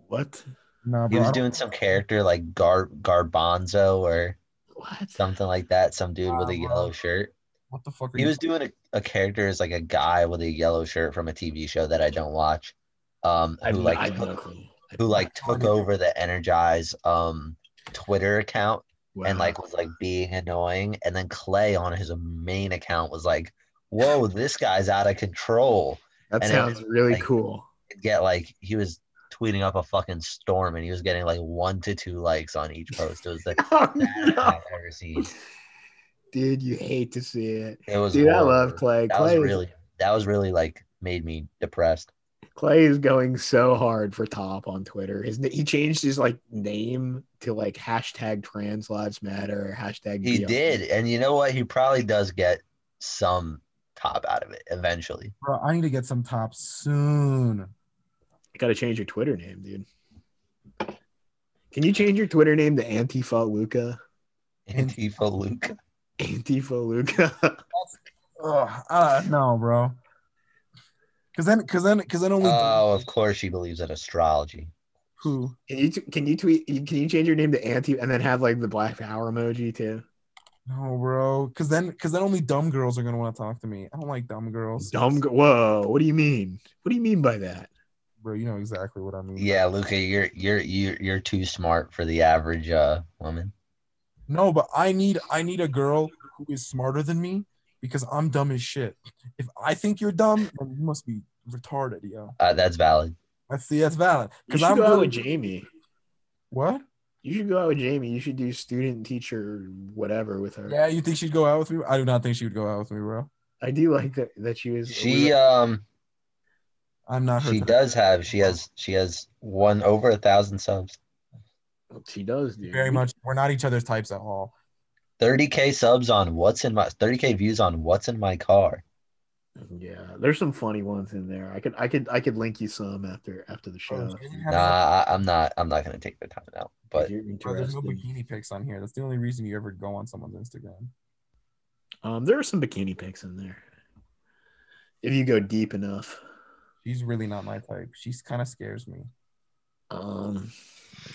Speaker 1: what?
Speaker 2: No,
Speaker 3: He
Speaker 2: bro.
Speaker 3: was
Speaker 2: I don't-
Speaker 3: doing some character like Gar Garbanzo or
Speaker 1: What?
Speaker 3: something like that, some dude with
Speaker 2: Uh,
Speaker 3: a
Speaker 1: Uh-huh.
Speaker 3: yellow shirt.
Speaker 2: what the fuck? Are
Speaker 3: He
Speaker 2: you
Speaker 3: was doing a, a character as like a guy with a yellow shirt from a TV show that I don't watch. Um
Speaker 1: I,
Speaker 3: who like
Speaker 1: I
Speaker 3: took-
Speaker 1: have no clue. I-
Speaker 3: who like took over the Energize um Twitter account
Speaker 1: wow.
Speaker 3: and like was like being annoying and then clay on his main account was like whoa this guy's out of control
Speaker 1: that
Speaker 3: and it
Speaker 1: sounds really
Speaker 3: like- [laughs]
Speaker 1: cool.
Speaker 3: get like he was tweeting up a fucking storm and he was getting like one to two likes on each post it was the
Speaker 1: Oh, [laughs]
Speaker 3: saddest
Speaker 1: no.
Speaker 3: i've ever seen
Speaker 1: Dude, you hate to see it.
Speaker 3: it was
Speaker 1: Dude, I
Speaker 3: horrible.
Speaker 1: love Clay.
Speaker 3: that
Speaker 1: Clay
Speaker 3: was
Speaker 1: was-
Speaker 3: really that was really like made me depressed
Speaker 1: Clay is going so hard for top on Twitter. His he changed his like name to like hashtag trans lives matter, hashtag
Speaker 3: he
Speaker 1: BLM.
Speaker 3: did and you know what he probably does get some top out of it eventually [laughs]
Speaker 2: bro, I need to get some tops soon.
Speaker 1: You gotta change your Twitter name, dude. Can you change your Twitter name to Antifa Luca?
Speaker 3: antifa luke
Speaker 1: [laughs] Antifa Luca.
Speaker 2: Ugh, uh, no, bro. Because then, because then, because then only
Speaker 3: oh of course she believes in astrology
Speaker 2: who?
Speaker 1: [laughs] can you t- can you tweet can you change your name to Anti and then have like the black power emoji too?
Speaker 2: No, bro. Because then, because then only dumb girls are gonna want to talk to me. I don't like dumb girls.
Speaker 1: Dumb. Go- Whoa. What do you mean? What do you mean by that?
Speaker 2: bro. You know exactly what I mean.
Speaker 3: Yeah, Luca, you're you're you're you're too smart for the average uh woman.
Speaker 2: No, but I need, I need a girl who is smarter than me because I'm dumb as shit. If I think you're dumb, then you must be retarded, yo.
Speaker 3: Uh, that's valid.
Speaker 2: That's the that's valid.
Speaker 1: You
Speaker 2: Because
Speaker 1: should
Speaker 2: I'm
Speaker 1: go out
Speaker 2: really,
Speaker 1: with Jamie.
Speaker 2: what?
Speaker 1: You should go out with Jamie. You should do student teacher whatever with her.
Speaker 2: Yeah, you think she'd go out with me? I do not think she would go out with me, bro.
Speaker 1: I do like that, that she was.
Speaker 3: She um
Speaker 2: I'm not her.
Speaker 3: she
Speaker 2: type.
Speaker 3: does have she has she has won over a thousand subs.
Speaker 1: she does, dude.
Speaker 2: Very much. We're not each other's types at all.
Speaker 3: 30k subs on what's in my 30k views on what's in my car.
Speaker 1: Yeah, there's some funny ones in there. I could, I could, I could link you some after after the show.
Speaker 2: Bro,
Speaker 1: if
Speaker 2: Oh, Jamie
Speaker 3: Nah,
Speaker 2: has-
Speaker 3: I, I'm not I'm not gonna take the time out. But
Speaker 1: you're
Speaker 2: Bro, there's no
Speaker 1: interested.
Speaker 2: bikini pics on here. That's the only reason you ever go on someone's Instagram.
Speaker 1: Um, there are some bikini pics in there. If you go deep enough,
Speaker 2: She's really not my type. She's kind of scares me.
Speaker 1: um,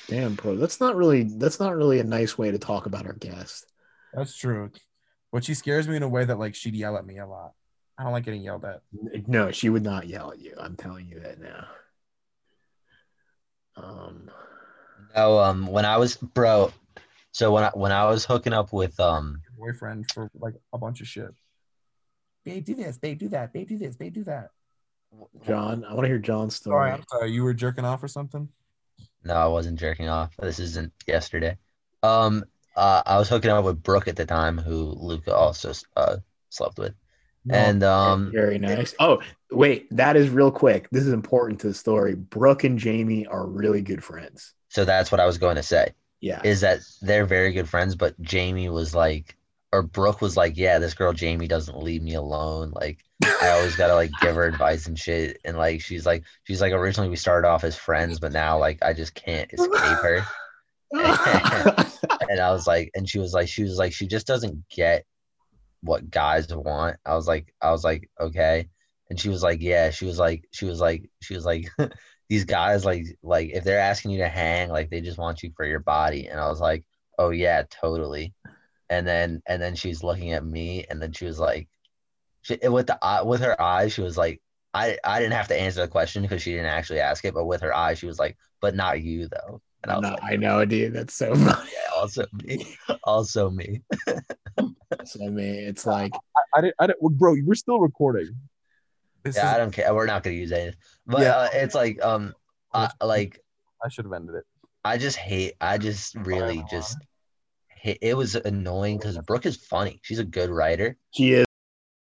Speaker 1: damn, bro, that's not really that's not really a nice way to talk about our guest.
Speaker 2: That's true. But she scares me in a way that like she'd yell at me a lot. I don't like getting yelled at.
Speaker 1: No, she would not yell at you. I'm telling you that now. Um,
Speaker 3: no, um when I was bro, so when I when I was hooking up with um
Speaker 2: Your boyfriend for like a bunch of shit. Babe, do this. Babe, do that. Babe, do this. Babe, do that.
Speaker 1: John, I want to hear John's story.
Speaker 2: Sorry, I'm sorry. You were jerking off or something?
Speaker 3: No, I wasn't jerking off. This isn't yesterday. Um, uh, I was hooking up with Brooke at the time, who Luca also uh, slept with, and um,
Speaker 1: Very nice. Oh, wait, that is real quick. This is important to the story. Brooke and Jamie are really good friends.
Speaker 3: so that's what I was going to say.
Speaker 1: Yeah.
Speaker 3: is [laughs] that they're very good friends, but Jamie was like, or Brooke was like, yeah, this girl Jamie doesn't leave me alone. Like, I always gotta like give her advice and shit. And like, she's like, she's like, originally we started off as friends, but now like I just can't escape her.
Speaker 2: [laughs]
Speaker 3: And I was like, and she was like, she was like, she just doesn't get what guys want. I was like, I was like, okay. And she was like, yeah. She was like, she was like, she was like, [laughs] these guys like, like if they're asking you to hang, like they just want you for your body. And I was like, oh yeah, totally. And then and then she's looking at me, and then she was like, she, and with the eye, with her eyes, she was like, I I didn't have to answer the question because she didn't actually ask it, but with her eyes, she was like, but not you though. And I
Speaker 1: [laughs]
Speaker 3: was
Speaker 1: No,
Speaker 3: like,
Speaker 1: I know, dude. That's so [laughs] funny.
Speaker 3: yeah, also me, [laughs] also me.
Speaker 1: I mean, it's like
Speaker 2: I didn't, I didn't, well, bro, we're still recording. This
Speaker 3: Yeah, I
Speaker 2: is,
Speaker 3: don't care. We're not gonna use any. But
Speaker 2: Yeah.
Speaker 3: uh, it's like um, I, like
Speaker 2: I should have ended it.
Speaker 3: I just hate. I just really just. hate- It was annoying because Brooke is funny. She's a good writer,
Speaker 1: she